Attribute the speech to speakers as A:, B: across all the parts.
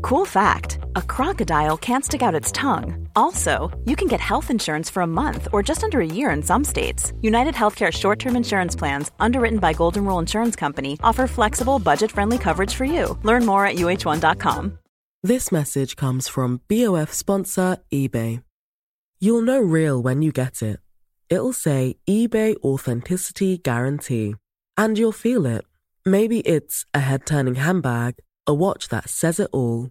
A: Cool fact a crocodile can't stick out its tongue. Also, you can get health insurance for a month or just under a year in some states. United Healthcare short term insurance plans, underwritten by Golden Rule Insurance Company, offer flexible, budget friendly coverage for you. Learn more at uh1.com.
B: This message comes from BOF sponsor eBay. You'll know real when you get it. It'll say eBay Authenticity Guarantee. And you'll feel it. Maybe it's a head turning handbag, a watch that says it all,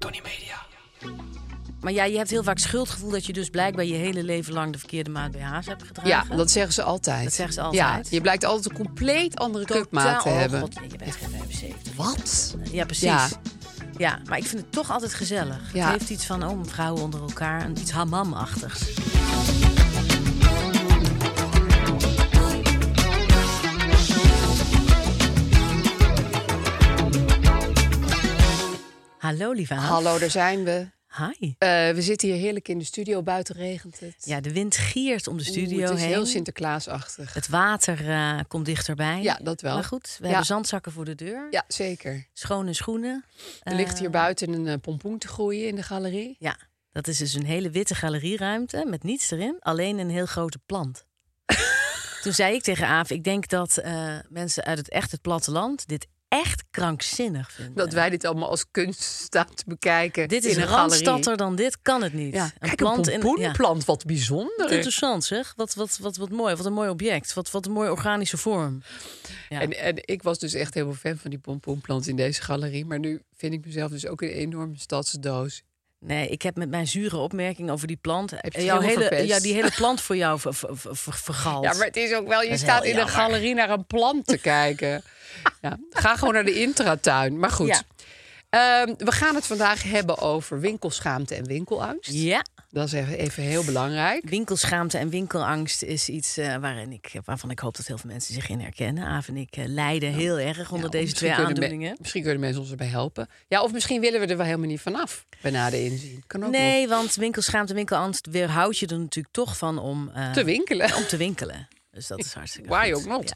C: Tony Media.
D: Maar ja, je hebt heel vaak schuldgevoel dat je dus blijkbaar je hele leven lang de verkeerde maat BH's hebt gedragen.
C: Ja, dat zeggen ze altijd.
D: Dat zeggen ze altijd.
C: Ja, je blijkt altijd een compleet andere
D: Totaal-
C: kutmaat te
D: oh,
C: hebben.
D: God, je bent geen 75.
C: Wat?
D: Ja, precies. Ja.
C: Ja.
D: maar ik vind het toch altijd gezellig.
C: Ja.
D: Het heeft iets van, oh, vrouwen onder elkaar. en Iets hamamachtigs. Hallo, lieve Aaf.
C: Hallo, dus- daar zijn we.
D: Hi.
C: Eh, we zitten hier heerlijk in de studio, buiten regent het.
D: Ja, de wind giert om de studio
C: Oeh, Het is
D: heen.
C: heel Sinterklaasachtig.
D: Het water eh, komt dichterbij.
C: Ja, dat wel.
D: Maar goed, we
C: Ja.
D: hebben zandzakken voor de deur.
C: Ja, zeker.
D: Schone schoenen.
C: Er ligt hier buiten een eh, pompoen te groeien in de galerie.
D: Ja, dat is dus een hele witte galerieruimte met niets erin. Alleen een heel grote plant. Toen zei ik tegen Aaf, ik denk dat eh, mensen uit het echt het platteland dit echt krankzinnig vinden.
C: Dat wij dit allemaal als kunst staan te bekijken.
D: dit is
C: in
D: een
C: een galerie.
D: randstadter dan dit, kan het niet.
C: Ja, kijk, een
D: ja.
C: pompoenplant, wat bijzonder.
D: Wat interessant zeg, wat, wat, wat, wat mooi, wat een mooi object, wat, wat een mooie organische vorm. Ja.
C: En, en ik was dus echt helemaal fan van die pompoenplant in deze galerie. Maar nu vind ik mezelf dus ook een enorme stadsdoos.
D: Nee, ik heb met mijn zure opmerking over die plant. Heb
C: je het helemaal
D: hele,
C: verpest?
D: ja, die hele plant voor jou ver, ver- ver- ver- vergald.
C: Ja, maar het is ook wel, je
D: Dat is
C: staat
D: heel
C: in een
D: jammer.
C: galerie naar een plant te kijken. Ja, ga gewoon naar de intratuin. Maar goed,
D: Ja.
C: Ehm, we gaan het vandaag hebben over winkelschaamte en winkelangst.
D: Ja,
C: Dat is even, even heel belangrijk.
D: winkelschaamte en winkelangst is iets eh, waarin ik, waarvan ik hoop dat heel veel mensen zich in herkennen. Aaf en ik eh, lijden heel erg onder
C: Nou, Ja,
D: deze
C: misschien
D: twee
C: kunnen me-
D: aandoeningen.
C: misschien kunnen mensen ons erbij helpen. Ja, of misschien willen we er wel helemaal niet vanaf bij nader inzien. Kan ook nog.
D: Nee, want winkelschaamte en winkelangst weerhoudt je er natuurlijk toch van om eh,
C: Te winkelen.
D: om te winkelen. Dus dat is hartstikke
C: Why
D: goed.
C: ook not.
D: Ja.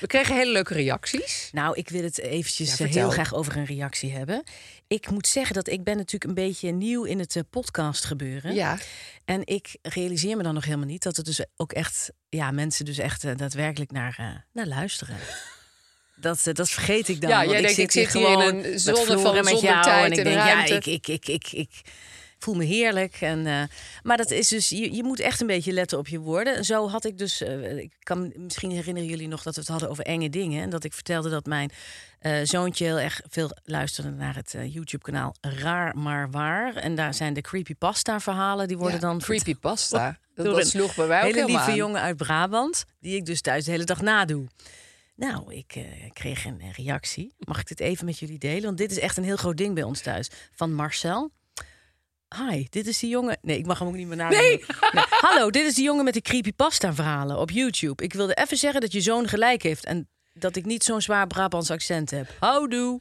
C: We kregen hele leuke reacties.
D: Nou, ik wil het eventjes
C: Ja,
D: eh,
C: vertel.
D: heel graag over een reactie hebben. Ik moet zeggen dat ik ben natuurlijk een beetje nieuw in het eh, podcast gebeuren.
C: Ja.
D: En ik realiseer me dan nog helemaal niet dat het dus ook echt, ja, mensen dus echt eh, daadwerkelijk naar, eh, naar luisteren. Dat, eh, dat vergeet ik dan.
C: Ja,
D: want
C: jij
D: ik
C: denkt, ik
D: zit
C: zit
D: hier
C: hier in
D: gewoon
C: een
D: met
C: zone
D: Floor
C: van
D: en met jou.
C: zonder tijd
D: en ik
C: en
D: denk,
C: ruimte.
D: ja, ik, ik, ik, ik, ik voel me heerlijk. En, eh, maar dat is dus, je, je moet echt een beetje letten op je woorden. Zo had ik dus, eh, ik kan misschien herinneren jullie nog dat we het hadden over enge dingen. En dat ik vertelde dat mijn eh, zoontje heel erg veel luisterde naar het eh, YouTube-kanaal Raar maar Waar. En daar zijn de creepypasta-verhalen, die worden
C: Ja,
D: dan verteld
C: creepypasta. Dat,
D: door
C: dat
D: een
C: sloeg bij mij ook
D: hele
C: helemaal
D: lieve
C: aan.
D: jongen uit Brabant, die ik dus thuis de hele dag nadoe. Nou, ik eh, kreeg een eh, reactie. Mag ik dit even met jullie delen? Want dit is echt een heel groot ding bij ons thuis. Van Marcel. Hi, dit is die jongen. Nee, ik mag hem ook niet meer nadoen. Nee. Hallo, dit is die jongen met de creepypasta verhalen op YouTube. Ik wilde even zeggen dat je zoon gelijk heeft en dat ik niet zo'n zwaar Brabants accent heb. Houdoe.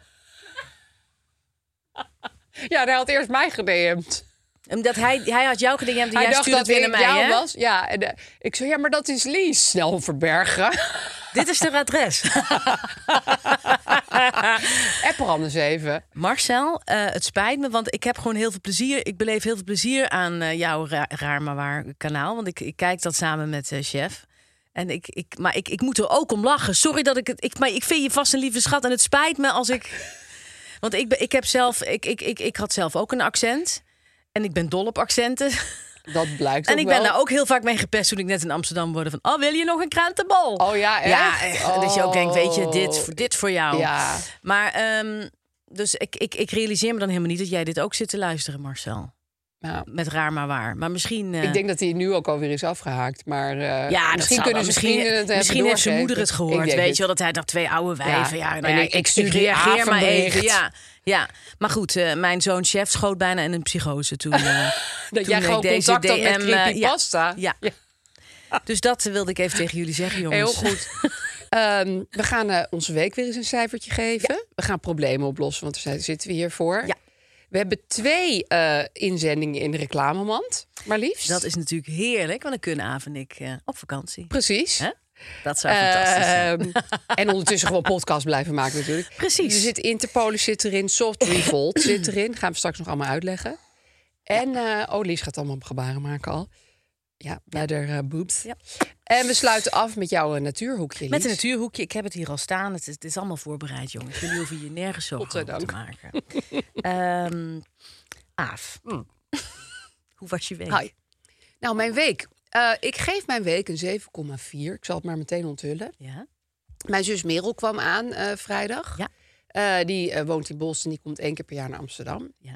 C: Ja, hij had eerst mij gedm'd.
D: En dat hij, hij had jou gedingen en
C: Hij
D: jij
C: dacht
D: stuurde
C: dat
D: het weer
C: ik
D: naar mij.
C: jou
D: hè?
C: was. Ja, en eh, ik zei, ja, maar dat is Lies. Snel verbergen.
D: Dit is de adres.
C: App er anders even.
D: Marcel, eh, het spijt me, want ik heb gewoon heel veel plezier. Ik beleef heel veel plezier aan eh, jouw ra- Raar Maar Waar kanaal. Want ik, ik kijk dat samen met eh, chef. En ik, ik, maar ik, ik moet er ook om lachen. Sorry dat ik het. Ik, maar ik vind je vast een lieve schat. En het spijt me als ik. Want ik, ben- ik heb zelf. Ik, ik, ik, ik had zelf ook een accent. En ik ben dol op accenten.
C: Dat blijkt
D: En
C: ook
D: ik ben
C: wel.
D: daar ook heel vaak mee gepest toen ik net in Amsterdam woonde. Van, oh, wil je nog een krantenbol?
C: Oh ja, echt?
D: Ja, echt. En Dat je ook denkt, weet je, dit,
C: Oh.
D: voor- dit voor jou.
C: Ja.
D: Maar, ehm, dus ik, ik, ik realiseer me dan helemaal niet dat jij dit ook zit te luisteren, Marcel.
C: Nou,
D: Met raar maar waar. Maar misschien... eh,
C: Ik denk dat hij nu ook alweer is afgehaakt. Maar eh,
D: ja, dat
C: misschien
D: zou
C: kunnen ze
D: wel.
C: misschien, het eh, hebben
D: misschien heeft zijn
C: doorgegeven.
D: moeder het
C: Ik
D: gehoord.
C: denk
D: Weet
C: het.
D: je wel, dat hij dacht twee oude wijven. Ja. nou
C: En
D: ja,
C: ik- ik stuur die Aaf een bericht.
D: Ja, ja. Maar goed, eh, mijn zoon chef schoot bijna in een psychose toen. eh,
C: Dat
D: toen
C: jij
D: ik
C: gewoon
D: deze
C: contact had met
D: DM, eh, ja.
C: Creepypasta.
D: Ja. Dus dat wilde ik even tegen jullie zeggen, jongens.
C: Heel goed. Ehm, we gaan eh, onze week weer eens een cijfertje geven. We gaan problemen oplossen, want daar zitten we hier voor.
D: Ja.
C: We hebben twee eh, inzendingen in de reclamemand, maar liefst.
D: Dat is natuurlijk heerlijk, want dan kunnen Aaf en ik eh, op vakantie.
C: precies.
D: Hè? Dat zou fantastisch zijn.
C: Ehm, en ondertussen gewoon podcast blijven maken natuurlijk.
D: Precies.
C: Er zit Interpolis zit erin, Soft Revolt zit erin. Gaan we straks nog allemaal uitleggen. En eh oh, Lies gaat allemaal gebaren maken al. Ja, bij de eh, boobs.
D: Ja.
C: En we sluiten af met jouw eh, natuurhoekje,
D: Met een
C: Lies.
D: natuurhoekje, ik heb het hier al staan. Het is, het is allemaal voorbereid, jongens. Jullie hoeven je nergens zorgen over te maken. Ehm Aaf, hoe was je week?
C: Hmm. Hi. Nou, mijn week. Eh, ik geef mijn week een 7,4. Ik zal het maar meteen onthullen.
D: Ja?
C: Mijn zus Merel kwam aan eh, vrijdag.
D: Ja.
C: Eh, die eh, woont in Boston. Die komt één keer per jaar naar Amsterdam.
D: Ja.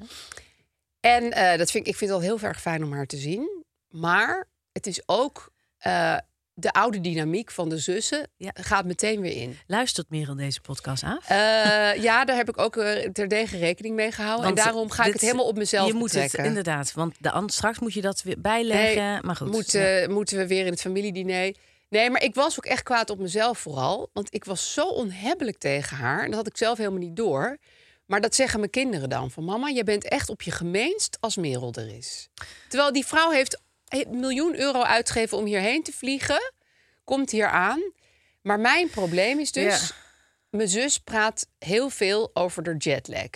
C: En eh, dat vind, ik- ik vind het al heel erg fijn om haar te zien. Maar het is ook eh, de oude dynamiek van de zussen
D: Ja.
C: gaat meteen weer in.
D: Luistert meer aan deze podcast, Aaf?
C: Eh, ja, daar heb ik ook eh, terdege rekening mee gehouden.
D: Want
C: oh, en daarom ga ik
D: dit-
C: het helemaal op mezelf
D: Je moet
C: betrekken.
D: het inderdaad, want de, an- straks moet je dat weer bijleggen.
C: Nee,
D: maar goed.
C: Moet,
D: ja.
C: eh, moeten we weer in het familiediner? Nee, maar ik was ook echt kwaad op mezelf vooral. Want ik was zo onhebbelijk tegen haar. En dat had ik zelf helemaal niet door. Maar dat zeggen mijn kinderen dan. Van mama, je bent echt op je gemeenst als Merel er is. Terwijl die vrouw heeft heeft een miljoen euro uitgegeven om hierheen te vliegen. Komt hier aan. Maar mijn probleem is dus... Mijn zus praat heel veel over de jetlag.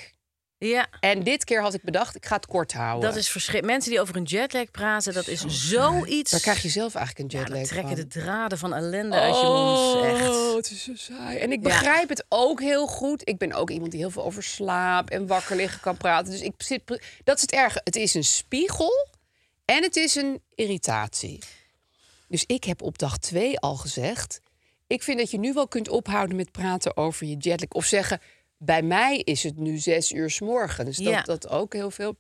D: ja,
C: En dit keer had ik bedacht, ik ga het kort houden.
D: dat is verschrikkelijk. Mensen die over een jetlag praten, dat is zoiets...
C: Daar krijg je zelf eigenlijk een
D: ja,
C: jetlag
D: dan trekken
C: van.
D: de draden van ellende uit je mond. Echt.
C: Oh, het is zo saai. En ik
D: Ja.
C: begrijp het ook heel goed. Ik ben ook iemand die heel veel over slaap en wakker liggen kan praten. Dus ik zit. pre- Dat is het erge. Het is een spiegel en het is een irritatie. Dus ik heb op dag twee al gezegd. Ik vind dat je nu wel kunt ophouden met praten over je jetlag. Of zeggen, bij mij is het nu zes uur s morgens. Dat,
D: Ja.
C: dat ook heel veel.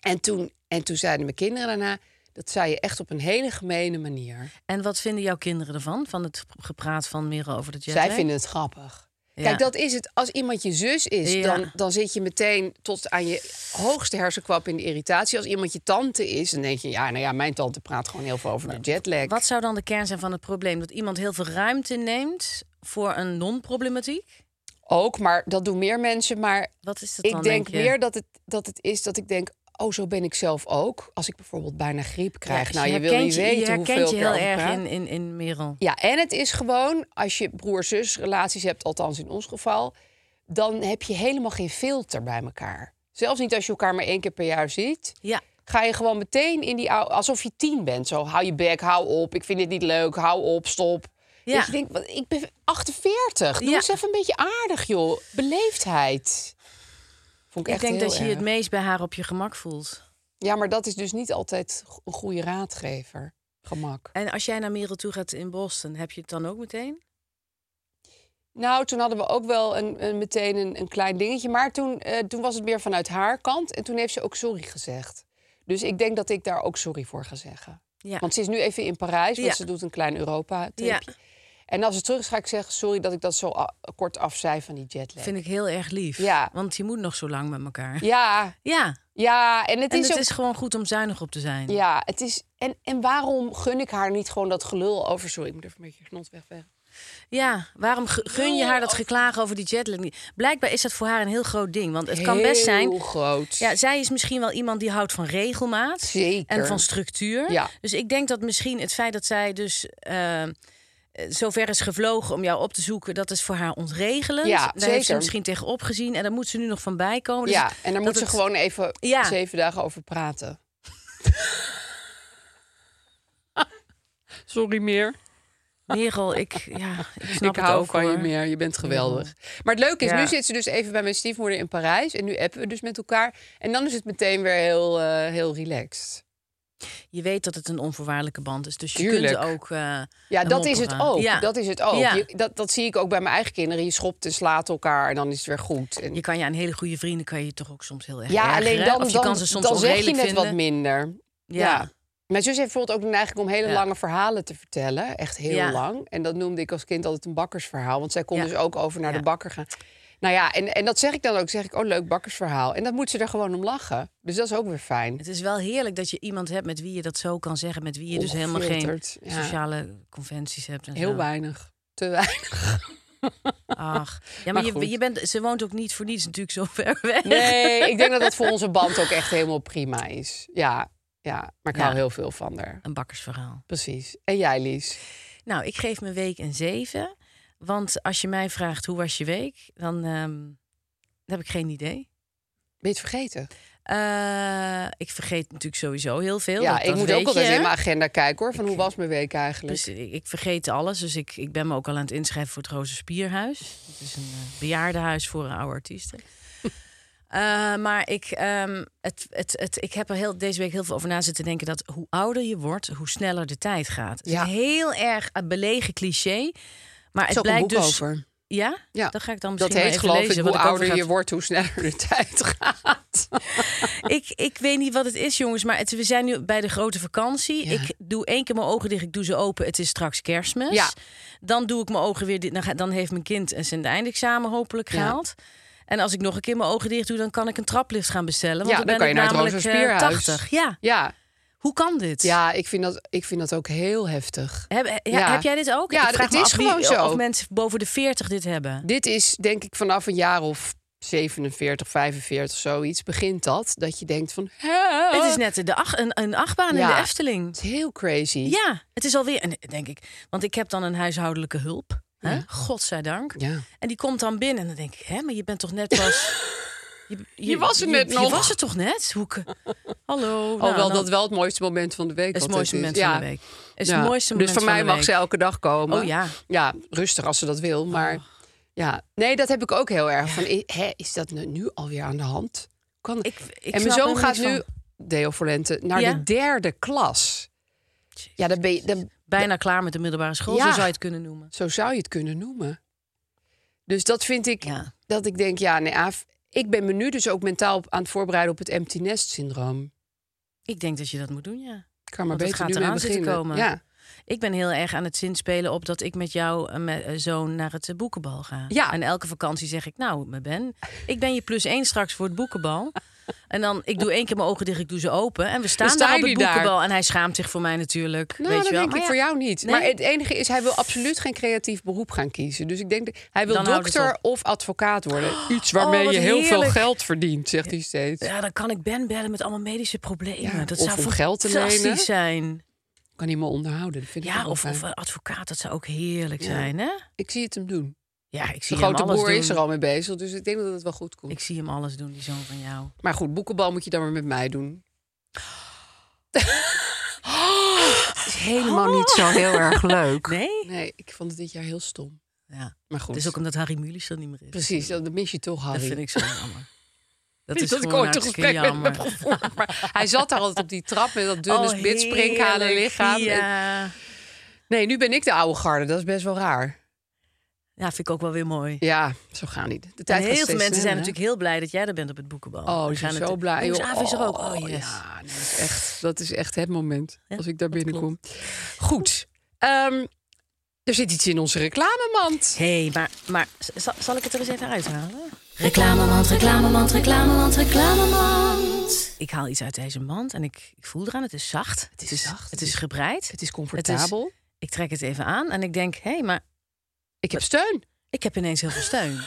C: En toen, en toen zeiden mijn kinderen daarna... dat zei je echt op een hele gemene manier.
D: En wat vinden jouw kinderen ervan? Van het gepraat van Merel over de jetlag?
C: Zij vinden het grappig.
D: Ja.
C: Kijk, dat is het. Als iemand je zus is,
D: Ja.
C: dan, dan zit je meteen tot aan je hoogste hersenkwap in de irritatie. Als iemand je tante is, dan denk je, ja, nou ja, mijn tante praat gewoon heel veel over de jetlag.
D: Wat zou dan de kern zijn van het probleem? Dat iemand heel veel ruimte neemt voor een non-problematiek?
C: Ook, maar dat doen meer mensen. Maar
D: Wat is dat
C: ik
D: dan,
C: denk,
D: je?
C: meer dat het, dat het is dat ik denk, oh, zo ben ik zelf ook. Als ik bijvoorbeeld bijna griep krijg.
D: Ja,
C: nou, je, wil
D: herkent
C: niet
D: je-
C: weten
D: je herkent
C: hoeveel ik
D: je heel
C: erover
D: erg
C: praat.
D: in, in, in Merel.
C: Ja, en het is gewoon, als je broer-zus relaties hebt, althans in ons geval, dan heb je helemaal geen filter bij elkaar. Zelfs niet als je elkaar maar één keer per jaar ziet.
D: Ja.
C: Ga je gewoon meteen in die oude, alsof je tien bent. Zo, hou je bek, hou op, ik vind dit niet leuk, hou op, stop.
D: Ja.
C: Dat je denkt, wat, ik ben 48, doe
D: Ja.
C: eens even een beetje aardig, joh. Beleefdheid. Vond ik,
D: Ik
C: echt
D: denk
C: heel
D: dat je je
C: erg.
D: het meest bij haar op je gemak voelt.
C: Ja, maar dat is dus niet altijd go- een goede raadgever. Gemak.
D: En als jij naar Merel toe gaat in Boston, heb je het dan ook meteen?
C: Nou, toen hadden we ook wel een, een, meteen een, een klein dingetje. Maar toen, eh, toen was het meer vanuit haar kant. En toen heeft ze ook sorry gezegd. Dus ik denk dat ik daar ook sorry voor ga zeggen.
D: Ja.
C: Want ze is nu even in Parijs, want
D: Ja.
C: ze doet een klein Europa-tripje.
D: Ja.
C: En als ze terug is, ga ik zeggen... sorry dat ik dat zo a- kort afzei van die jetlag.
D: Vind ik heel erg lief.
C: Ja.
D: Want je moet nog zo lang met elkaar.
C: Ja,
D: Ja.
C: ja, en het
D: En
C: is
D: het
C: ook...
D: is gewoon goed om zuinig op te zijn.
C: Ja, het is... En, en waarom gun ik haar niet gewoon dat gelul over... Sorry, ik moet even een beetje genot wegvegen.
D: Ja, waarom ge- gun je haar
C: Oh.
D: dat geklagen over die jetlag niet? Blijkbaar is dat voor haar een heel groot ding. Want het kan best
C: Heel
D: zijn.
C: groot.
D: Ja, zij is misschien wel iemand die houdt van regelmaat
C: Zeker.
D: en van structuur.
C: Ja.
D: Dus ik denk dat misschien het feit dat zij dus eh, eh, zover is gevlogen om jou op te zoeken, dat is voor haar ontregelend.
C: Ja,
D: Daar heeft ze
C: zeker.
D: misschien tegenop gezien en daar moet ze nu nog van bij komen. Dus
C: ja,
D: dat
C: en daar moet ze
D: het-
C: gewoon even
D: Ja.
C: zeven dagen over praten. Sorry meer.
D: Merel, ik, ja, ik snap
C: ik
D: het
C: hou
D: ook,
C: van je
D: hoor.
C: meer. Je bent geweldig. Maar het leuke is,
D: Ja.
C: nu zit ze dus even bij mijn stiefmoeder in Parijs. En nu appen we dus met elkaar. En dan is het meteen weer heel, eh, heel relaxed.
D: Je weet dat het een onvoorwaardelijke band is. Dus je
C: Tuurlijk.
D: kunt ook. eh,
C: Ja,
D: een
C: dat is
D: mopperen.
C: het ook.
D: Ja.
C: Dat is het ook.
D: Ja.
C: Je- dat, dat zie ik ook bij mijn eigen kinderen. Je schopt en slaat elkaar en dan is het weer goed. En,
D: Je kan je aan hele goede vrienden kan je toch ook soms heel erg.
C: ja,
D: ergeren.
C: alleen dan,
D: of je
C: dan,
D: kan ze soms
C: dan zeg je
D: onredelijk
C: het wat
D: vinden.
C: minder. Ja.
D: Ja.
C: Mijn zus heeft bijvoorbeeld ook de neiging om hele
D: Ja.
C: lange verhalen te vertellen. Echt heel
D: Ja.
C: lang. En dat noemde ik als kind altijd een bakkersverhaal. Want zij kon
D: Ja.
C: dus ook over naar
D: Ja.
C: de bakker gaan. Nou ja, en, en dat zeg ik dan ook. Zeg ik, oh, leuk bakkersverhaal. En dat moet ze er gewoon om lachen. Dus dat is ook weer fijn.
D: Het is wel heerlijk dat je iemand hebt met wie je dat zo kan zeggen. Met wie je dus helemaal geen
C: Ongefilterd, ja.
D: sociale conventies hebt. En
C: Heel
D: zo.
C: weinig. Te weinig.
D: Ach. Ja,
C: Maar
D: maar, je,
C: goed.
D: je bent, ze woont ook niet voor niets natuurlijk zo ver weg.
C: Nee, ik denk dat dat voor onze band ook echt helemaal prima is. Ja, ja. maar ik
D: Ja.
C: hou heel veel van haar.
D: Een bakkersverhaal.
C: Precies. En jij, Lies?
D: Nou, ik geef mijn week een 7. Want als je mij vraagt hoe was je week, dan ehm, dan heb ik geen idee.
C: Ben je het vergeten?
D: Eh, ik vergeet natuurlijk sowieso heel veel.
C: ja,
D: dat-
C: ik
D: dat
C: moet
D: weet
C: ook altijd
D: je, hè?
C: in mijn agenda kijken hoor. Van hoe was mijn week eigenlijk?
D: Dus ik, ik vergeet alles, dus ik, ik ben me ook al aan het inschrijven voor het Rozenspierhuis. Het is een eh, bejaardenhuis voor eh, oude artiesten. Eh, maar ik, ehm, het, het, het, ik heb er heel, deze week heel veel over na zitten denken... dat hoe ouder je wordt, hoe sneller de tijd gaat. Het is
C: Ja.
D: een heel erg eh, belegen cliché. Maar
C: Er
D: het
C: is ook een
D: blijkt
C: boek
D: dus...
C: over.
D: Ja?
C: Ja.
D: dat ga ik dan
C: Dat
D: misschien wel
C: heet
D: even
C: geloof
D: lezen,
C: ik,
D: wat
C: hoe
D: over
C: ouder
D: gaat.
C: je wordt, hoe sneller de tijd gaat.
D: ik, ik weet niet wat het is, jongens, maar het, we zijn nu bij de grote vakantie.
C: Ja.
D: Ik doe één keer mijn ogen dicht, ik doe ze open. Het is straks kerstmis.
C: Ja.
D: Dan doe ik mijn ogen weer dicht. Dan, ga- dan heeft mijn kind zijn eindexamen hopelijk
C: Ja.
D: gehaald. En als ik nog een keer mijn ogen dicht doe, dan kan ik een traplift gaan bestellen. Want
C: Ja,
D: dan,
C: dan
D: ben
C: kan
D: ik
C: je naar het
D: namelijk eh,
C: Rozenspierhuis.
D: 80. Ja,
C: Ja,
D: hoe kan dit?
C: ja ik, vind dat, ik vind dat ook heel heftig.
D: Heb, ja,
C: Ja.
D: heb jij dit ook?
C: Ja,
D: ik vraag
C: het
D: me
C: is
D: af wie-
C: gewoon zo.
D: Of mensen boven de 40 dit hebben.
C: Dit is denk ik vanaf een jaar of 47, 45, zoiets, begint dat. Dat je denkt van, hè?
D: Het is net de ach, een, een achtbaan in
C: Oh. Ja.
D: de Efteling.
C: Het is heel crazy.
D: Ja, het is alweer, en denk ik, want ik heb dan een huishoudelijke hulp. Hè? Godzijdank.
C: Ja.
D: En die komt dan binnen en dan denk ik, hè, maar je bent toch net pas... Je,
C: Je was er net
D: je,
C: nog.
D: Je was er toch net? Hoe, k- Hallo. nou,
C: Alhoewel
D: dan-
C: dat wel het mooiste moment van de week
D: is het
C: altijd
D: mooiste moment
C: Ja.
D: van de week. Is
C: Ja.
D: het mooiste
C: dus
D: moment
C: van mij
D: de
C: mag
D: week.
C: ze elke dag komen.
D: Oh ja. Oh.
C: Ja, rustig als ze dat wil. Maar ja, nee, dat heb ik ook heel erg. Van, i- hè, is dat nu- nu alweer aan de hand? Kan...
D: Ik, ik
C: en mijn
D: snap
C: zoon
D: er
C: gaat
D: niks
C: nu,
D: van.
C: Deo Volente, naar
D: Ja?
C: de derde klas. Ja, dan ben je, dan-
D: Bijna klaar met de middelbare school,
C: Ja.
D: zo zou je het kunnen noemen.
C: zo zou je het kunnen noemen. Dus dat vind ik,
D: Ja.
C: dat ik denk, ja, nee, Aaf, ik ben me nu dus ook mentaal op- aan het voorbereiden op het empty nest syndroom.
D: Ik denk dat je dat moet doen, ja.
C: Ik kan maar
D: Want het
C: beter
D: gaat
C: nu mee
D: eraan zitten
C: beginnen.
D: komen.
C: Ja.
D: Ik ben heel erg aan het zinspelen op dat ik met jou en mijn eh, zoon naar het eh, boekenbal ga.
C: Ja.
D: En elke vakantie zeg ik, nou, Ben, ik ben je plus één straks voor het boekenbal. En dan, ik doe één keer mijn ogen dicht, ik doe ze open. En we staan
C: Dan
D: daar
C: staan
D: op het
C: jullie daar.
D: boekenbal. En hij schaamt zich voor mij natuurlijk.
C: Nou,
D: weet
C: dat
D: je wel.
C: denk
D: Maar
C: ik
D: ja,
C: voor jou niet.
D: Nee.
C: Maar het enige is, hij wil absoluut geen creatief beroep gaan kiezen. Dus ik denk, dat- hij wil
D: Dan houdt het
C: dokter of advocaat worden. Iets waarmee
D: Oh, wat
C: je heel
D: heerlijk.
C: veel geld verdient, zegt hij steeds.
D: Ja, dan kan ik Ben bellen met allemaal medische problemen.
C: Ja,
D: dat
C: of
D: zou
C: om geld te
D: fantastisch
C: lenen.
D: zijn.
C: Kan hij me onderhouden? Dat vind ik
D: Ja,
C: ook wel
D: of,
C: fijn.
D: of eh, een advocaat, dat zou ook heerlijk
C: Ja.
D: zijn, hè?
C: Ik zie het hem doen.
D: Ja, ik zie
C: De
D: hem
C: grote
D: alles
C: boer
D: doen.
C: is er al mee bezig, dus ik denk dat het wel goed komt.
D: Ik zie hem alles doen, die zoon van jou.
C: Maar goed, boekenbal moet je dan maar met mij doen.
D: Het is helemaal niet zo heel erg leuk. Nee?
C: Nee, ik vond het dit jaar heel stom.
D: Ja.
C: Maar goed.
D: Het is ook omdat Harry Mulisch er niet meer is.
C: Precies, dat dat mis je toch, Harry.
D: Dat vind ik zo jammer. Dat
C: Niet dat ik
D: gewoon
C: ooit een
D: hartstikke
C: gesprek met hem heb gevoerd. Maar hij zat daar altijd op die trap met dat dunne
D: Oh,
C: spitsprinkhanen
D: heerlijk,
C: lichaam.
D: Ja.
C: Nee, nu ben ik de oude garde. Dat is best wel raar.
D: ja, vind ik ook wel weer mooi.
C: Ja, zo gaan niet. De
D: En
C: tijd gaat
D: heel veel mensen
C: steeds
D: zijn
C: sneller, hè?
D: natuurlijk heel blij dat jij er bent op het boekenbal.
C: Oh,
D: We
C: die zijn
D: gaan het-
C: zo blij.
D: Jongens,
C: joh.
D: Aaf is er ook. Oh, yes.
C: Ja, nee, dat, is echt, dat is echt het moment
D: Ja,
C: als ik daar
D: dat
C: binnenkom. Goed. Ehm, er zit iets in onze reclamemand.
D: Hé, hey, maar, maar z- zal, zal ik het er eens even uithalen?
E: Reclamemand, reclamemand, reclamemand, reclamemand.
D: Ik haal iets uit deze mand en ik, ik voel eraan. Het is zacht. Het
C: is zacht.
D: Het is gebreid.
C: Het is comfortabel.
D: Ik trek het even aan en ik denk, hé, hey, maar
C: Ik heb steun.
D: ik heb ineens heel veel steun.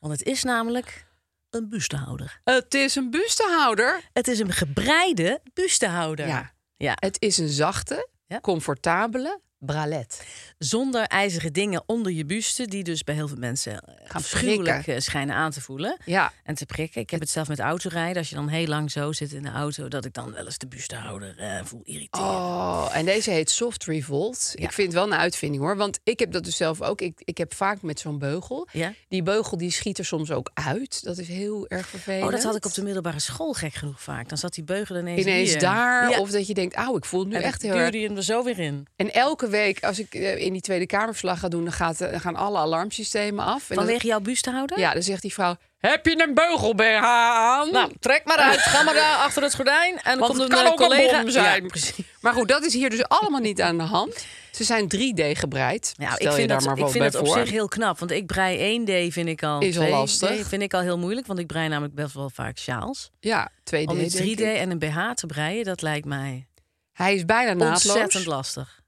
D: Want het is namelijk een bustehouder.
C: Het is een bustehouder.
D: Het is een gebreide bustehouder.
C: Ja.
D: ja.
C: Het is een zachte,
D: Ja.
C: comfortabele, bralet.
D: Zonder ijzeren dingen onder je buste, die dus bij heel veel mensen eh,
C: Gaan
D: afschuwelijk
C: prikken.
D: eh, schijnen aan te voelen.
C: Ja,
D: En te prikken. Ik heb het zelf met autorijden. Als je dan heel lang zo zit in de auto, dat ik dan wel eens de buustehouder eh, voel irriteren.
C: Oh, en deze heet Soft Revolt. Ik vind het wel een uitvinding hoor. Want ik heb dat dus zelf ook. Ik, ik heb vaak met zo'n beugel.
D: Ja?
C: Die beugel die schiet er soms ook uit. Dat is heel erg vervelend.
D: Oh, dat had ik op de middelbare school gek genoeg vaak. Dan zat die beugel ineens,
C: Ineens
D: hier.
C: daar.
D: Ja.
C: Of dat je denkt, auw, ik voel het nu
D: en
C: echt
D: dan
C: heel erg.
D: duwde je hem er zo weer in.
C: En elke week als ik eh, in die Tweede Kamerverslag ga doen... dan gaat, eh, gaan alle alarmsystemen af. En dan-
D: Vanwege jouw buustehouder?
C: Ja, dan zegt die vrouw, heb je een beugel BH aan?
D: Nou, trek maar uit. Ga maar daar achter het gordijn. En dan
C: Want
D: komt
C: het
D: een
C: kan
D: eh,
C: ook
D: collega.
C: een bom zijn.
D: Ja, precies.
C: Maar goed, dat is hier dus allemaal niet aan de hand. Ze zijn 3D gebreid.
D: Nou,
C: Stel
D: ik
C: je
D: vind
C: daar
D: dat,
C: maar
D: ik
C: wat
D: vind
C: bij
D: dat op
C: voor.
D: zich heel knap. Want ik brei 1D vind ik al.
C: Is al
D: 2D
C: lastig.
D: Vind ik al heel moeilijk. Want ik brei namelijk best wel vaak sjaals.
C: Ja, 2D.
D: Om iets
C: denk
D: 3D
C: ik.
D: en een BH te breien, dat lijkt mij
C: Hij is bijna
D: ontzettend
C: naadloos.
D: lastig.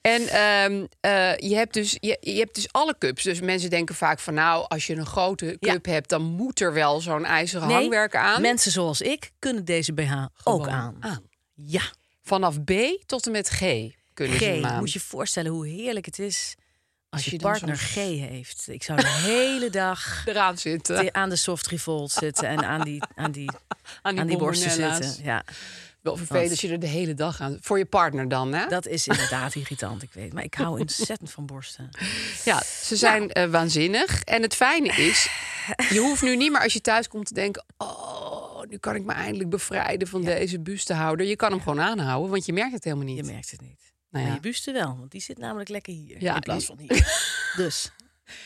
C: En ehm, eh, je, hebt dus, je, je hebt dus alle cups. Dus mensen denken vaak van nou, als je een grote
D: Ja.
C: cup hebt... dan moet er wel zo'n ijzeren
D: Nee,
C: hangwerk aan.
D: Mensen zoals ik kunnen deze BH ook
C: Gewoon
D: aan. Ja,
C: Vanaf B tot en met G kunnen ze hem
D: G.
C: aan.
D: Moet je je voorstellen hoe heerlijk het is als
C: je
D: je
C: dan
D: partner G
C: zo'n-
D: heeft. Ik zou de hele dag
C: eraan zitten.
D: te- aan de soft revolt zitten en aan die, aan die,
C: aan die,
D: aan die borsten
C: bombonella's.
D: zitten. Ja.
C: Wel vervelend als je er de hele dag aan... Voor je partner dan, hè?
D: Dat is inderdaad irritant, ik weet. Maar ik hou ontzettend van borsten.
C: Ja,
D: Nou.
C: ze zijn eh, waanzinnig. En het fijne is, je hoeft nu niet meer als je thuis komt te denken... oh, nu kan ik me eindelijk bevrijden van deze bustehouder. Je kan hem gewoon aanhouden, want je merkt het helemaal
D: Je
C: niet.
D: merkt het niet.
C: Nou
D: Maar
C: ja.
D: je buste wel, want die zit namelijk lekker hier.
C: Ja,
D: in plaats
C: die-
D: van hier. Dus,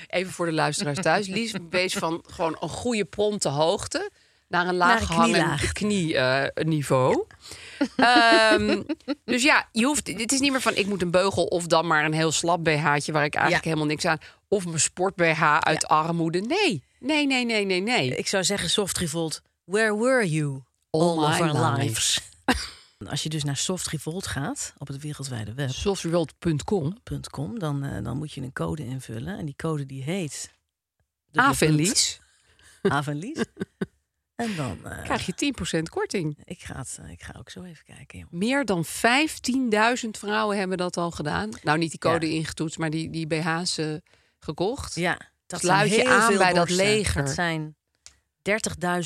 C: Even voor de luisteraars thuis. Lies wees van gewoon een goede prompte hoogte... naar een laag
D: een
C: hangend
D: knielaag.
C: knieniveau. dus ja, je hoeft, het is niet meer van ik moet een beugel... of dan maar een heel slap BH'tje waar ik eigenlijk
D: Ja.
C: helemaal niks aan... of mijn sport-BH uit armoede. Nee, nee, nee, nee, nee, nee.
D: ik zou zeggen, soft revolt, where were you all,
C: my
D: of our
C: lives.
D: lives? Als je dus naar soft revolt gaat, op het wereldwijde web...
C: softworld.com.
D: .com, dan, eh, dan moet je een code invullen. En die code die heet...
C: Avenlies.
D: Avenlies. en dan... eh,
C: Krijg je 10% korting.
D: ik, ga het, eh, ik ga ook zo even kijken, joh.
C: Meer dan 15.000 vrouwen hebben dat al gedaan. Nou, niet die code ingetoetst, maar die, die BH's eh, gekocht.
D: Ja, dat
C: sluit Dus je
D: zijn heel
C: aan
D: veel
C: bij dat
D: borsten.
C: leger.
D: Dat zijn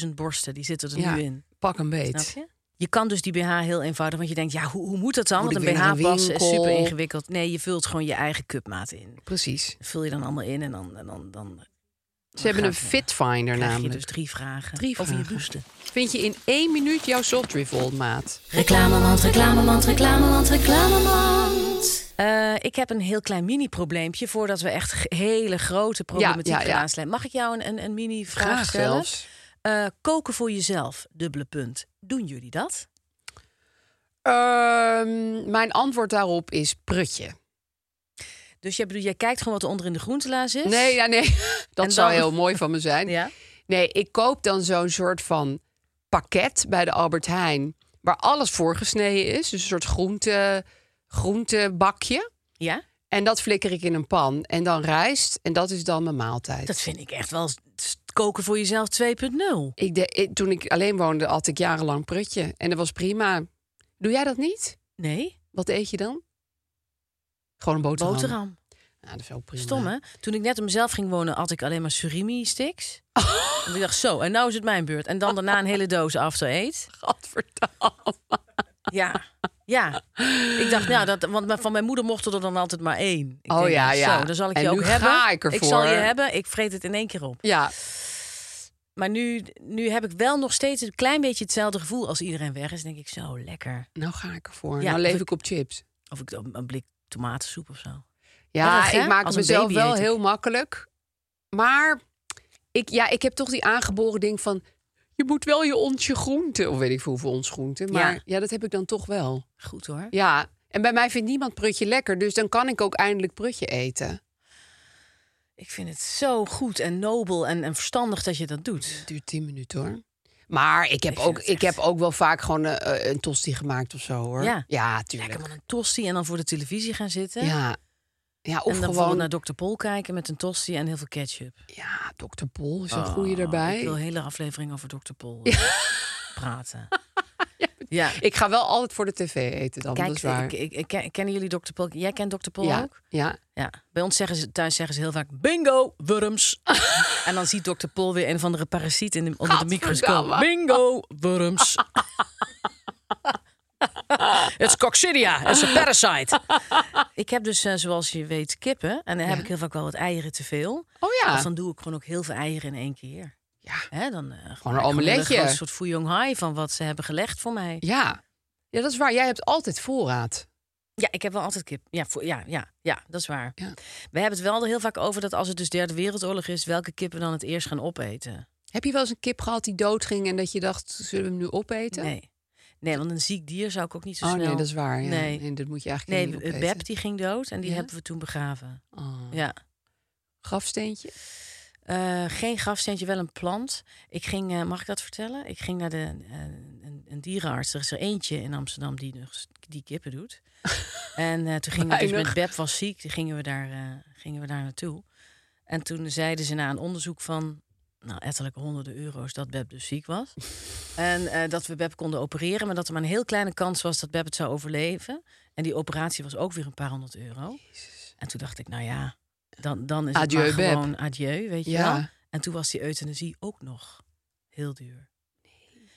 D: 30.000 borsten, die zitten er
C: Ja,
D: nu in.
C: Pak een beet.
D: Snap je? Je kan dus die BH heel eenvoudig, want je denkt, ja, hoe, hoe moet dat dan?
C: Moet
D: Want
C: ik
D: een
C: weer naar
D: BH
C: een
D: passen is
C: winkel?
D: super ingewikkeld. Nee, je vult gewoon je eigen cupmaat in.
C: Precies.
D: Dat vul je dan allemaal in en dan, en dan, dan, dan
C: Ze hebben een
D: gaat-
C: Fitfinder
D: krijg je
C: namelijk.
D: dus drie vragen
C: Drie
D: over je
C: vragen.
D: buste.
C: Vind je in één minuut jouw soft revolt maat?
E: Reclamemand, reclamemand, reclamemand, reclamemand.
D: Eh, ik heb een heel klein mini-probleempje voordat we echt g- hele grote problematiek
C: ja, ja.
D: gaan aansluiten. Mag ik jou een, een, een mini-vraag
C: Graag
D: stellen?
C: zelfs.
D: Eh, koken voor jezelf, dubbele punt. Doen jullie dat?
C: Ehm, mijn antwoord daarop is prutje.
D: Dus jij, bedoelt, jij kijkt gewoon wat er onder in de groentelaars is?
C: Nee, ja, nee. dat
D: En
C: zou
D: dan-
C: heel mooi van me zijn.
D: Ja?
C: Nee, ik koop dan zo'n soort van pakket bij de Albert Heijn. Waar alles voorgesneden is. Dus een soort groente, groentebakje.
D: Ja?
C: En dat flikker ik in een pan. En dan rijst. En dat is dan mijn maaltijd.
D: Dat vind ik echt wel s- s- koken voor jezelf 2.0.
C: Ik de, ik- toen ik alleen woonde, at ik jarenlang prutje. En dat was prima. Doe jij dat niet?
D: Nee,
C: Wat eet je dan? Gewoon een boterham.
D: boterham.
C: Ja, dat is ook prima.
D: Stom, hè? Toen ik net op mezelf ging wonen, had ik alleen maar surimi-sticks. Want ik dacht, zo, en nou is het mijn beurt. En dan daarna een hele doos after eet.
C: Gadverdamme.
D: Ja, ja. Ik dacht, nou, dat, want van mijn moeder mocht er dan altijd maar één. Ik
C: Oh,
D: denk, nou,
C: ja, ja.
D: Zo, dan zal ik
C: En
D: je ook
C: nu
D: hebben.
C: ga ik ervoor.
D: zal je hebben, ik vreet het in één keer op.
C: Ja,
D: Maar nu, nu heb ik wel nog steeds een klein beetje hetzelfde gevoel als iedereen weg is. denk ik, zo, lekker.
C: nou ga ik ervoor.
D: Ja,
C: nou
D: of
C: leef
D: ik-
C: ik op chips.
D: Of ik dan een blik tomatensoep of zo.
C: Ja,
D: Erg, hè?
C: ik maak het
D: Als een
C: mezelf
D: baby
C: wel
D: eet ik.
C: heel makkelijk. Maar ik, ja, ik heb toch die aangeboren ding van... je moet wel je onsje groente... of weet ik veel hoeveel ons groente. Maar ja.
D: Ja.
C: dat heb ik dan toch wel.
D: Goed hoor.
C: Ja, en bij mij vindt niemand prutje lekker... dus dan kan ik ook eindelijk prutje eten.
D: Ik vind het zo goed en nobel en, en verstandig dat je dat doet.
C: Het duurt tien minuten hoor. Maar ik heb,
D: Ik vind
C: ook,
D: het
C: ik
D: echt-
C: heb ook wel vaak gewoon eh, een tosti gemaakt of zo hoor.
D: Ja.
C: tuurlijk.
D: Lekker man een tosti en dan voor de televisie gaan zitten.
C: Ja. ja,
D: en
C: of
D: dan
C: gewoon...
D: gewoon naar Dr. Pol kijken met een tosti en heel veel ketchup.
C: Ja, Dr. Pol is een
D: Oh,
C: goeie
D: Ik
C: daarbij.
D: wil een hele aflevering over Dr. Pol praten. eh, Ja.
C: Ik ga wel altijd voor de tv eten dan, dat
D: Kijk,
C: is waar.
D: ik, ik, ik ken- kennen jullie Dr. Pol? Jij kent Dr. Pol
C: ja,
D: ook?
C: ja.
D: Ja. Bij ons zeggen ze thuis zeggen ze heel vaak bingo worms. en dan ziet Dr. Pol weer een van de parasiet in de, onder de microscoop.
C: Gadverdamme.
D: Bingo worms. It's coccidia. It's a parasite. ik heb dus, eh, zoals je weet, kippen. En dan heb ik heel vaak wel wat eieren te veel.
C: Oh
D: Dus
C: ja.
D: dan doe ik gewoon ook heel veel eieren in één keer.
C: Ja.
D: Hè, dan, eh,
C: Gewoon een
D: ik
C: omeletje.
D: gewoon Een soort fouillon hai van wat ze hebben gelegd voor mij.
C: ja. Ja, dat is waar. Jij hebt altijd voorraad.
D: Ja, ik heb wel altijd kip. Ja, voor, ja, ja, ja, dat is waar.
C: Ja.
D: We hebben het wel er heel vaak over dat als het dus derde wereldoorlog is, welke kippen we dan het eerst gaan opeten.
C: Heb je wel eens een kip gehad die doodging en dat je dacht, zullen we hem nu opeten?
D: Nee. Nee, want een ziek dier zou ik ook niet zo
C: Oh
D: snel...
C: nee, dat is waar. Ja.
D: Nee.
C: Nee. dat moet je eigenlijk
D: Nee,
C: niet
D: eh,
C: opeten.
D: Beb die ging dood en die
C: Ja?
D: hebben we toen begraven.
C: Oh.
D: Ja.
C: Grafsteentje?
D: Eh, geen grafsteentje, wel een plant. Ik ging, eh, mag ik dat vertellen? Ik ging naar de, eh, een, een dierenarts. Er is er eentje in Amsterdam die, nog- die kippen doet. en eh, toen gingen we dus met
C: Weinig.
D: Beb was ziek, toen gingen we daar, eh, gingen we daar naartoe. En toen zeiden ze na een onderzoek van, nou, ettelijke honderden euro's dat Beb dus ziek was. en eh, dat we Beb konden opereren, maar dat er maar een heel kleine kans was dat Beb het zou overleven. En die operatie was ook weer een paar honderd euro. En toen dacht ik, nou ja, dan, dan is
C: Adieu,
D: het maar
C: Beb.
D: gewoon adieu, weet je
C: Ja.
D: wel. En toen was die euthanasie ook nog heel duur.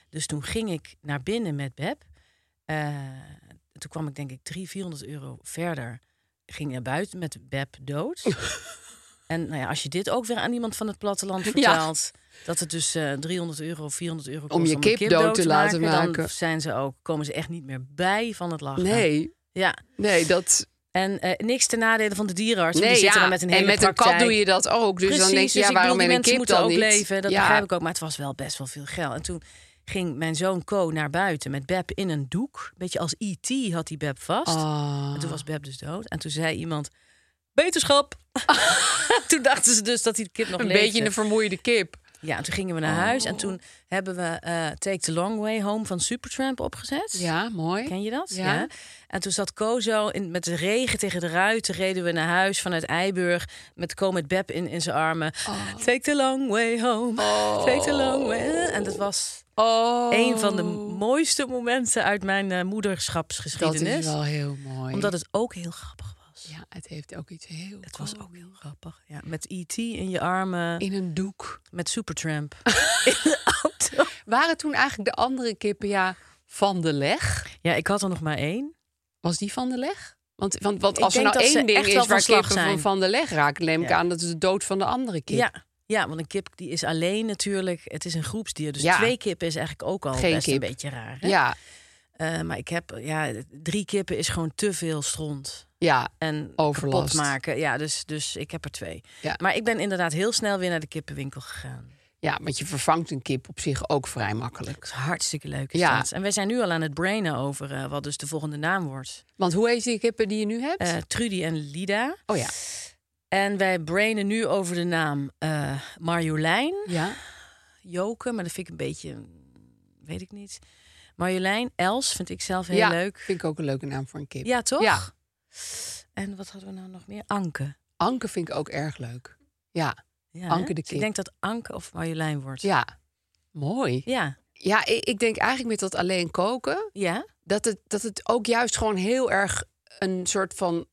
D: Dus toen ging ik naar binnen met Beb. Eh, toen kwam ik denk ik 300, 400 euro verder. Ging naar buiten met Beb dood. en nou ja, als je dit ook weer aan iemand van het platteland vertelt... dat het dus eh, 300 euro, 400 euro kost om,
C: je
D: een
C: kip dood te laten
D: Dan
C: maken.
D: zijn ze ook, komen ze echt niet meer bij van het lachen.
C: Nee,
D: Ja,
C: nee, dat...
D: en eh, niks ten nadele van de dierenarts. want
C: Nee,
D: die zitten
C: ja.
D: dan met een hele
C: en met
D: praktijk.
C: een kat doe je dat ook. Dus
D: Precies,
C: dan denk je, ja,
D: dus ik
C: waarom
D: bedoel,
C: in
D: die mensen
C: een kip
D: moeten
C: dan
D: ook
C: niet?
D: leven. Dat
C: ja.
D: begrijp ik ook. Maar het was wel best wel veel geld. En toen ging mijn zoon Co naar buiten met Beb in een doek. Beetje als E.T. had die Beb vast.
C: Ah.
D: En toen was Beb dus dood. En toen zei iemand, beterschap. toen dachten ze dus dat die kip nog
C: Een
D: leefde.
C: beetje een Oh. vermoeide kip.
D: Ja, en toen gingen we naar huis. En toen hebben we eh, Take the Long Way Home van Supertramp opgezet.
C: Ja, mooi.
D: Ken je dat?
C: Ja.
D: En toen zat Ko zo in, met de regen tegen de ruiten. Reden we naar huis vanuit Eiburg. Met Ko met Beb in, in zijn armen.
C: Oh.
D: Take the long way home. Take the long way. En dat was
C: Oh,
D: een van de mooiste momenten uit mijn eh, moederschapsgeschiedenis.
C: dat is wel heel mooi.
D: Omdat het ook heel grappig was.
C: Ja, het heeft ook iets heel...
D: Het was ook heel grappig. Ja, met E.T. in je armen.
C: In een doek.
D: Met Supertramp. in de auto.
C: Waren toen eigenlijk de andere kippen, ja, van de leg?
D: Ja, ik had er nog maar één.
C: Was die van de leg? Want, want, want
D: Ik
C: als er
D: denk
C: nou
D: dat ze
C: één ding
D: echt wel
C: is
D: van
C: waar
D: slag
C: kippen
D: zijn.
C: van van de leg raken, neem ik
D: Ja.
C: aan, dat is de dood van de andere kip.
D: Ja. ja, want een kip die is alleen natuurlijk. Het is een groepsdier. Dus
C: Ja.
D: twee kippen is eigenlijk ook al
C: Geen
D: best een
C: kip.
D: beetje raar. Hè?
C: ja,
D: Eh, maar ik heb ja, drie kippen is gewoon te veel stront.
C: ja.
D: En
C: Overlast.
D: kapot maken. Ja, dus, dus ik heb er twee.
C: Ja.
D: Maar ik ben inderdaad heel snel weer naar de kippenwinkel gegaan.
C: Ja, want je vervangt een kip op zich ook vrij makkelijk.
D: Dat is hartstikke leuk. Is
C: Ja.
D: dat. En wij zijn nu al aan het brainen over eh, wat dus de volgende naam wordt.
C: Want hoe heet die kippen die je nu hebt?
D: Eh, Trudy en Lida.
C: oh ja.
D: En wij brainen nu over de naam eh, Marjolein.
C: Ja.
D: Joke, maar dat vind ik een beetje, weet ik niet. Marjolein, Els vind ik zelf heel
C: ja,
D: leuk.
C: Vind ik ook een leuke naam voor een kip.
D: Ja, toch?
C: Ja.
D: En wat hadden we nou nog meer? Anke.
C: Anke vind ik ook erg leuk. Ja.
D: Ja,
C: Anke
D: hè?
C: de
D: Dus ik
C: kip.
D: denk dat Anke of Marjolein wordt.
C: Ja. Mooi.
D: Ja.
C: Ja, ik, ik denk eigenlijk met dat alleen koken,
D: Ja?
C: dat het, dat het ook juist gewoon heel erg een soort van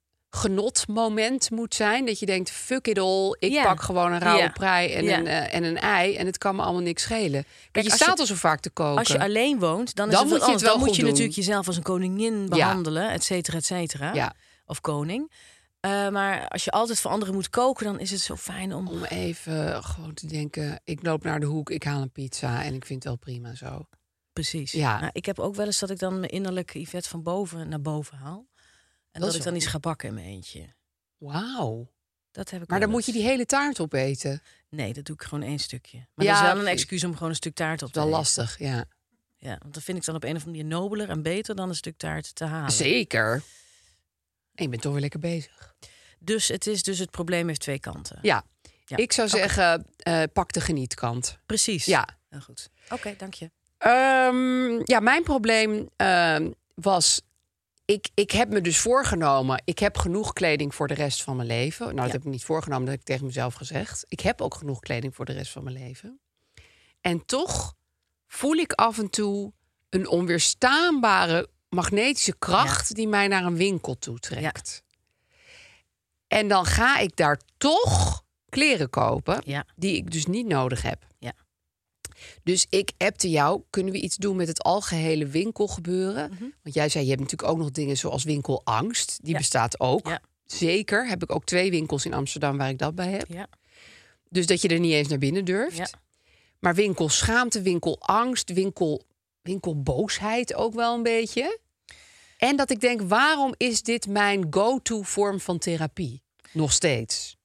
C: genotmoment moet zijn. Dat je denkt, fuck it all, ik
D: Ja.
C: pak gewoon een rauwe
D: Ja.
C: prei en,
D: Ja.
C: een, eh, en een ei en het kan me allemaal niks schelen. Kijk, je
D: als
C: staat
D: je-
C: al zo vaak te koken.
D: Als je alleen woont, dan, is het
C: Dan
D: wat
C: moet je het
D: anders. Dan
C: wel
D: moet
C: goed
D: je
C: doen.
D: natuurlijk jezelf als een koningin behandelen, et cetera, et cetera.
C: Ja,
D: Of koning. Eh, maar als je altijd voor anderen moet koken, dan is het zo fijn om...
C: om even gewoon te denken, ik loop naar de hoek, ik haal een pizza en ik vind het wel prima zo.
D: Precies.
C: Ja.
D: Nou, ik heb ook wel eens dat ik dan mijn innerlijke Yvette van boven naar boven haal. En dat,
C: is
D: ik dan
C: wel goed.
D: iets ga bakken in mijn eentje.
C: Wauw.
D: Dat heb ik
C: Maar
D: wel
C: dan moet je
D: eens.
C: die hele taart opeten. Dat
D: Nee, dat doe ik gewoon één stukje. Maar
C: Ja,
D: dat is wel een
C: precies.
D: excuus om gewoon een stuk taart op
C: is
D: te
C: wel
D: eten.
C: lastig, ja.
D: Ah, Ja, want dat vind ik dan op een of andere manier nobeler en beter dan een stuk taart te halen.
C: Zeker. En je bent toch weer lekker bezig.
D: Dus het is dus het probleem heeft twee kanten.
C: Ja.
D: Ja.
C: Ik zou zeggen, eh, pak de genietkant.
D: Precies.
C: Ja.
D: Heel goed. Oké, dank je.
C: Ehm, ja, mijn probleem ehm, was... Ik, ik heb me dus voorgenomen, ik heb genoeg kleding voor de rest van mijn leven. Nou, dat
D: Ja.
C: heb ik niet voorgenomen, dat heb ik tegen mezelf gezegd. Ik heb ook genoeg kleding voor de rest van mijn leven. En toch voel ik af en toe een onweerstaanbare magnetische kracht die mij naar een winkel toe trekt. En dan ga ik daar toch kleren kopen
D: Ja.
C: die ik dus niet nodig heb.
D: Ja.
C: Dus ik appte jou, kunnen we iets doen met het algehele winkelgebeuren? Want jij zei, je hebt natuurlijk ook nog dingen zoals winkelangst. Die
D: Mhm. Ja.
C: bestaat ook.
D: Ja.
C: Zeker, heb ik ook twee winkels in Amsterdam waar ik dat bij heb.
D: Ja.
C: Dus dat je er niet eens naar binnen durft.
D: Ja.
C: Maar winkelschaamte, winkelangst, winkel, winkelboosheid ook wel een beetje. En dat ik denk, waarom is dit mijn go-to vorm van therapie? Nog steeds.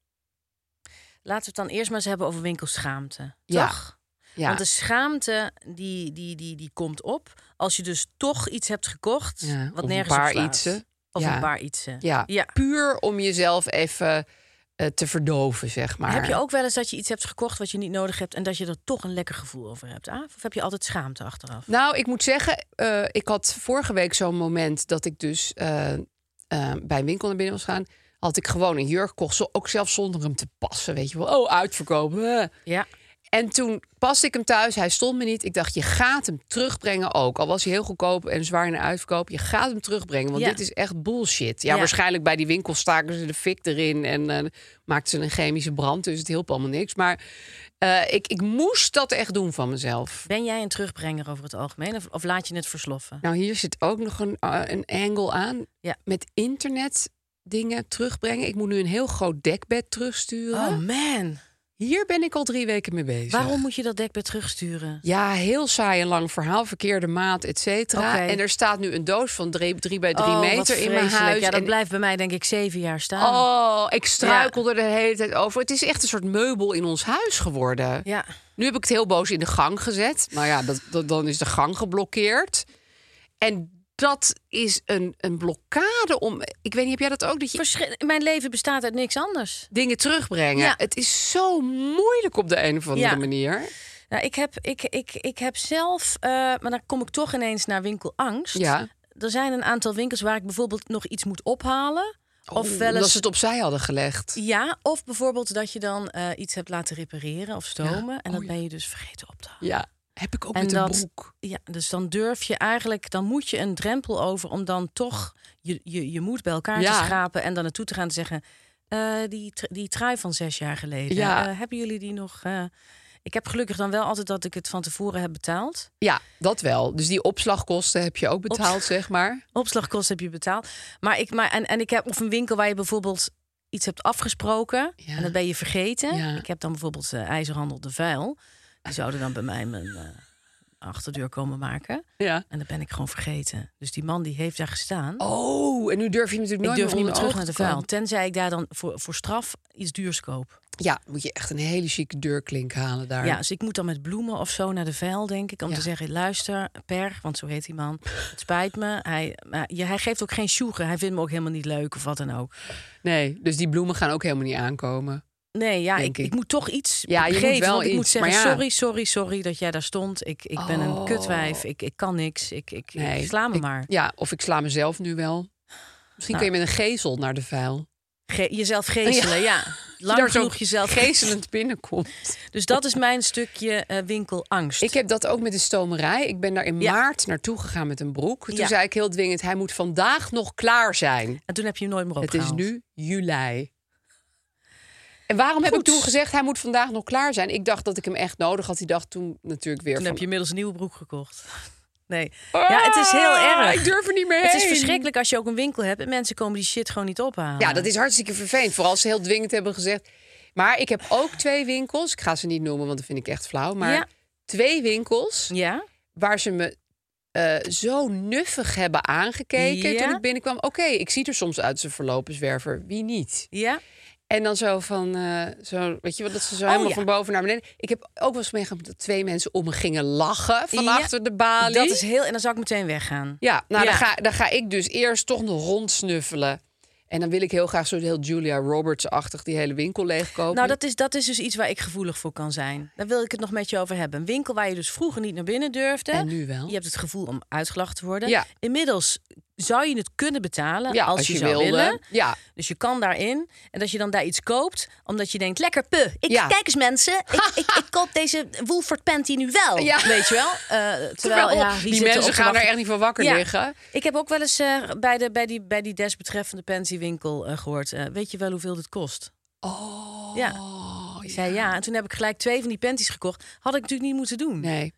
D: Laten we het dan eerst maar eens hebben over winkelschaamte.
C: Ja.
D: Toch?
C: Ja.
D: Want de schaamte die, die, die, die komt op als je dus toch iets hebt gekocht
C: Ja, of
D: wat
C: een
D: nergens
C: paar
D: op slaat.
C: ietsen.
D: Of
C: Ja.
D: een paar ietsen.
C: Ja, puur om jezelf even eh, te verdoven, zeg maar.
D: Heb je ook wel eens dat je iets hebt gekocht wat je niet nodig hebt en dat je er toch een lekker gevoel over hebt? Aaf? Of heb je altijd schaamte achteraf?
C: Nou, ik moet zeggen, eh, ik had vorige week zo'n moment dat ik dus eh, eh, bij een winkel naar binnen was gaan. Had ik gewoon een jurk gekocht, zo- ook zelfs zonder hem te passen, weet je wel. Oh, uitverkopen. eh.
D: Ja.
C: En toen paste ik hem thuis, hij stond me niet. Ik dacht, je gaat hem terugbrengen ook. Al was hij heel goedkoop en zwaar in de uitverkoop. Je gaat hem terugbrengen, want
D: Ja.
C: dit is echt bullshit. Ja,
D: Ja.
C: waarschijnlijk bij die winkel staken ze de fik erin... en eh, maakten ze een chemische brand, dus het hielp allemaal niks. Maar eh, ik, ik moest dat echt doen van mezelf.
D: Ben jij een terugbrenger over het algemeen of, of laat je het versloffen?
C: Nou, hier zit ook nog een, eh, een angle aan.
D: Ja.
C: Met internet dingen terugbrengen. Ik moet nu een heel groot dekbed terugsturen.
D: Oh man,
C: Hier ben ik al drie weken mee bezig.
D: waarom moet je dat dekbed terugsturen?
C: Ja, heel saai en lang verhaal. Verkeerde maat, et cetera.
D: Oké.
C: En er staat nu een doos van drie, drie bij drie
D: Oh, wat
C: meter in mijn
D: vreselijk.
C: huis.
D: Ja, dat
C: en...
D: blijft bij mij denk ik zeven jaar staan.
C: Oh, ik struikel er de hele tijd over. Het is echt een soort meubel in ons huis geworden.
D: Ja.
C: Nu heb ik het heel boos in de gang gezet. Nou ja, dat, dat- dan is de gang geblokkeerd. En dat is een, een blokkade om. Ik weet niet, heb jij dat ook? Dat je
D: Verschi- mijn leven bestaat uit niks anders.
C: dingen terugbrengen.
D: Ja.
C: Het is zo moeilijk op de een of andere
D: Ja.
C: manier.
D: Nou, ik, heb, ik, ik, ik heb zelf, eh, maar dan kom ik toch ineens naar winkelangst.
C: Ja.
D: Er zijn een aantal winkels waar ik bijvoorbeeld nog iets moet ophalen. of wel
C: Oh, Dat
D: eens
C: ze het opzij hadden gelegd.
D: Ja, of bijvoorbeeld dat je dan eh, iets hebt laten repareren of stomen. En dat ben je dus vergeten op te halen.
C: Oh Ja, heb ik ook
D: En
C: met
D: dat-
C: een broek.
D: Ja, dus dan durf je eigenlijk, dan moet je een drempel over om dan toch je, je, je moed bij elkaar
C: Ja.
D: te schrapen en dan naartoe te gaan en te zeggen: eh, die, tr- die trui van zes jaar geleden,
C: Ja.
D: eh, hebben jullie die nog? eh? ik heb gelukkig dan wel altijd dat ik het van tevoren heb betaald.
C: Ja, dat wel. Dus die opslagkosten heb je ook betaald, zeg maar.
D: Opslagkosten heb je betaald. Maar ik, maar, en, en ik heb of een winkel waar je bijvoorbeeld iets hebt afgesproken
C: Ja.
D: en dat ben je vergeten.
C: Ja.
D: Ik heb dan bijvoorbeeld eh, ijzerhandel de vuil. Die zouden dan bij mij mijn eh, achterdeur komen maken.
C: Ja.
D: En dat ben ik gewoon vergeten. Dus die man die heeft daar gestaan.
C: Oh, en nu durf je natuurlijk
D: ik
C: nooit
D: durf niet meer
C: onder
D: terug
C: ogen
D: naar de
C: te komen.
D: vuil. Tenzij ik daar dan voor, voor straf iets duurs koop.
C: Ja, moet je echt een hele chique deurklink halen daar.
D: Ja, dus ik moet dan met bloemen of zo naar de vuil, denk ik. Om
C: Ja.
D: te zeggen, luister, Per, want zo heet die man. Het spijt me. Hij, maar je- hij geeft ook geen sjoegen. Hij vindt me ook helemaal niet leuk of wat dan ook.
C: Nee, dus die bloemen gaan ook helemaal niet aankomen.
D: Nee, ja,
C: Denk
D: ik,
C: ik.
D: ik moet toch iets
C: Ja, je moet
D: geven.
C: wel
D: want ik moet
C: iets,
D: zeggen,
C: maar ja.
D: sorry, sorry, sorry dat jij daar stond. Ik, ik ben
C: Oh.
D: een kutwijf. Ik, ik kan niks. Ik, ik,
C: Nee,
D: ik sla me
C: ik-
D: maar.
C: Ja, of ik sla mezelf nu wel. Misschien
D: Nou.
C: kun je met een gezel naar de vuil.
D: Ge- jezelf geestelen, ja. Lang
C: Daar zo
D: genoeg jezelf
C: gezelend binnenkomt.
D: Dus dat is mijn stukje eh, winkelangst.
C: Ik heb dat ook met de stomerij. Ik ben daar in
D: Ja.
C: maart naartoe gegaan met een broek. Toen
D: Ja.
C: zei ik heel dwingend, hij moet vandaag nog klaar zijn.
D: En toen heb je hem nooit meer
C: Het is
D: opgehaald.
C: nu juli. En waarom heb ik
D: Goed.
C: toen gezegd, hij moet vandaag nog klaar zijn? Ik dacht dat ik hem echt nodig had. Die dacht toen natuurlijk weer
D: Toen
C: van...
D: heb je inmiddels een nieuwe broek gekocht. Nee. Ja, het is heel
C: "Ah,
D: erg.
C: Ik durf er niet meer
D: Het is
C: heen."
D: verschrikkelijk als je ook een winkel hebt en mensen komen die shit gewoon niet ophalen.
C: Ja, dat is hartstikke vervelend. Vooral als ze heel dwingend hebben gezegd. Maar ik heb ook twee winkels. Ik ga ze niet noemen, want dat vind ik echt flauw. Maar
D: Ja.
C: twee winkels
D: Ja?
C: waar ze me eh, zo nuffig hebben aangekeken
D: Ja.
C: toen ik binnenkwam. Oké, ik zie er soms uit als een verlopen zwerver. Wie niet?
D: Ja?
C: En dan zo van, eh, zo, weet je wat, dat ze zo
D: Oh,
C: helemaal
D: ja.
C: van boven naar beneden. Ik heb ook wel eens meegemaakt dat twee mensen om me gingen lachen van
D: Ja,
C: achter de balie.
D: Dat is heel... En dan zou ik meteen weggaan.
C: Ja, nou
D: Ja.
C: Dan, ga, dan ga ik dus eerst toch nog rondsnuffelen. En dan wil ik heel graag zo heel Julia Roberts-achtig die hele winkel leegkopen.
D: Nou, dat is, dat is dus iets waar ik gevoelig voor kan zijn. Daar wil ik het nog met je over hebben. Een winkel waar je dus vroeger niet naar binnen durfde.
C: En nu wel.
D: Je hebt het gevoel om uitgelachen te worden.
C: Ja.
D: Inmiddels zou je het kunnen betalen
C: Ja,
D: als, je, zou
C: wilde.
D: willen.
C: Ja,
D: Dus je kan daarin. En als je dan daar iets koopt, omdat je denkt, lekker puh. Ik,
C: Ja.
D: Kijk eens mensen, ik, ik, ik koop deze Wolford panty nu wel.
C: Ja. oh,
D: Weet je wel? Eh, terwijl, ja, wie
C: die
D: zit erop
C: mensen
D: te
C: gaan er
D: wachten?
C: echt niet van wakker
D: Ja.
C: liggen.
D: Ik heb ook wel eens eh, bij, de, bij, die, bij die desbetreffende panty-winkel eh, gehoord. eh, weet je wel hoeveel dit kost?
C: Oh,
D: Ja. Ik zei ja. En toen heb ik gelijk twee van die panties gekocht. Had ik natuurlijk niet moeten doen.
C: Nee,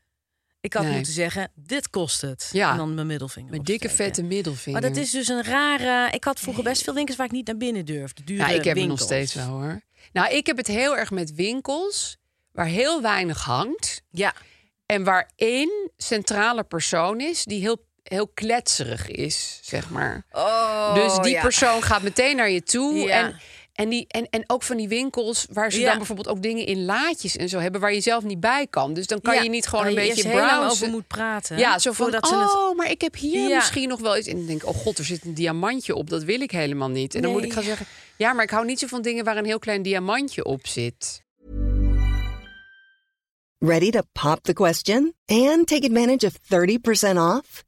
D: Ik had
C: Nee.
D: moeten zeggen, dit kost het.
C: Ja.
D: En dan mijn middelvinger.
C: met dikke
D: opsteken.
C: vette middelvinger.
D: Maar dat is dus een rare... Ik had vroeger best veel winkels waar ik niet naar binnen durfde. Dure
C: Ja, Nou, ik heb het nog
D: winkels.
C: steeds wel hoor. Nou, ik heb het heel erg met winkels waar heel weinig hangt.
D: Ja,
C: En waar één centrale persoon is die heel, heel kletserig is, zeg maar.
D: Oh,
C: dus die
D: ja.
C: persoon gaat meteen naar je toe.
D: Ja.
C: En, en, die, en, en ook van die winkels waar ze
D: Ja.
C: dan bijvoorbeeld ook dingen in laatjes en zo hebben... waar je zelf niet bij kan. Dus dan kan
D: Ja,
C: je niet gewoon
D: waar
C: een
D: je
C: beetje
D: eerst heel lang
C: browsen.
D: over moet praten,
C: Ja, zo van,
D: voordat ze het-
C: oh, maar ik heb hier
D: Ja.
C: misschien nog wel iets. En dan denk ik, oh god, er zit een diamantje op. Dat wil ik helemaal niet. En dan moet
D: Nee.
C: ik gaan zeggen... ja, maar ik hou niet zo van dingen waar een heel klein diamantje op zit.
F: Ready to pop the question and take advantage of 30% off?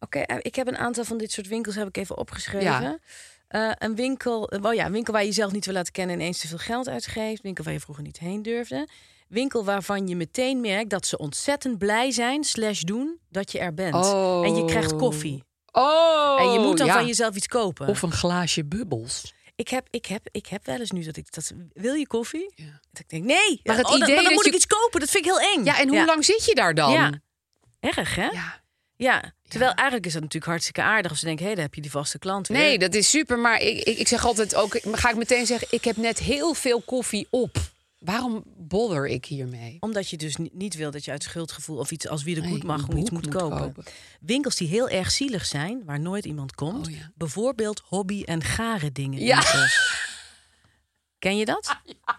D: Oké, eh, ik heb een aantal van dit soort winkels heb ik even opgeschreven.
C: Ja.
D: Eh, een winkel, eh, oh ja, een winkel waar je jezelf niet wil laten kennen en ineens te veel geld uitgeeft. Winkel waar je vroeger niet heen durfde. Winkel waarvan je meteen merkt dat ze ontzettend blij zijn, slash doen, dat je er bent.
C: Oh.
D: En je krijgt koffie.
C: Oh,
D: en je moet dan
C: ja.
D: van jezelf iets kopen.
C: Of een glaasje bubbels.
D: ik, heb, ik, heb, ik heb wel eens nu dat ik dat. Wil je koffie?
C: Ja.
D: Dat ik denk, nee.
C: Maar het
D: Oh, dan- maar
C: idee
D: dan
C: dat
D: moet
C: je-
D: ik iets kopen. Dat vind ik heel eng.
C: Ja, en hoe lang zit je daar dan?
D: Ja. Erg, hè? Ja.
C: Ja.
D: Terwijl eigenlijk is dat natuurlijk hartstikke aardig. Als ze denken, hé, daar heb je die vaste klant weer.
C: Nee, dat is super. Maar ik, ik, ik zeg altijd ook, ga ik meteen zeggen, ik heb net heel veel koffie op. Waarom bodder ik hiermee?
D: Omdat je dus ni- niet wil dat je uit schuldgevoel of iets als wie de
C: Nee,
D: goed mag
C: een
D: gewoon iets
C: boek
D: moet,
C: moet
D: kopen. Eh,
C: kopen.
D: Winkels die heel erg zielig zijn, waar nooit iemand komt.
C: Oh, ja.
D: Bijvoorbeeld hobby- en garen dingen.
C: Ja.
D: winkels. Ken je dat?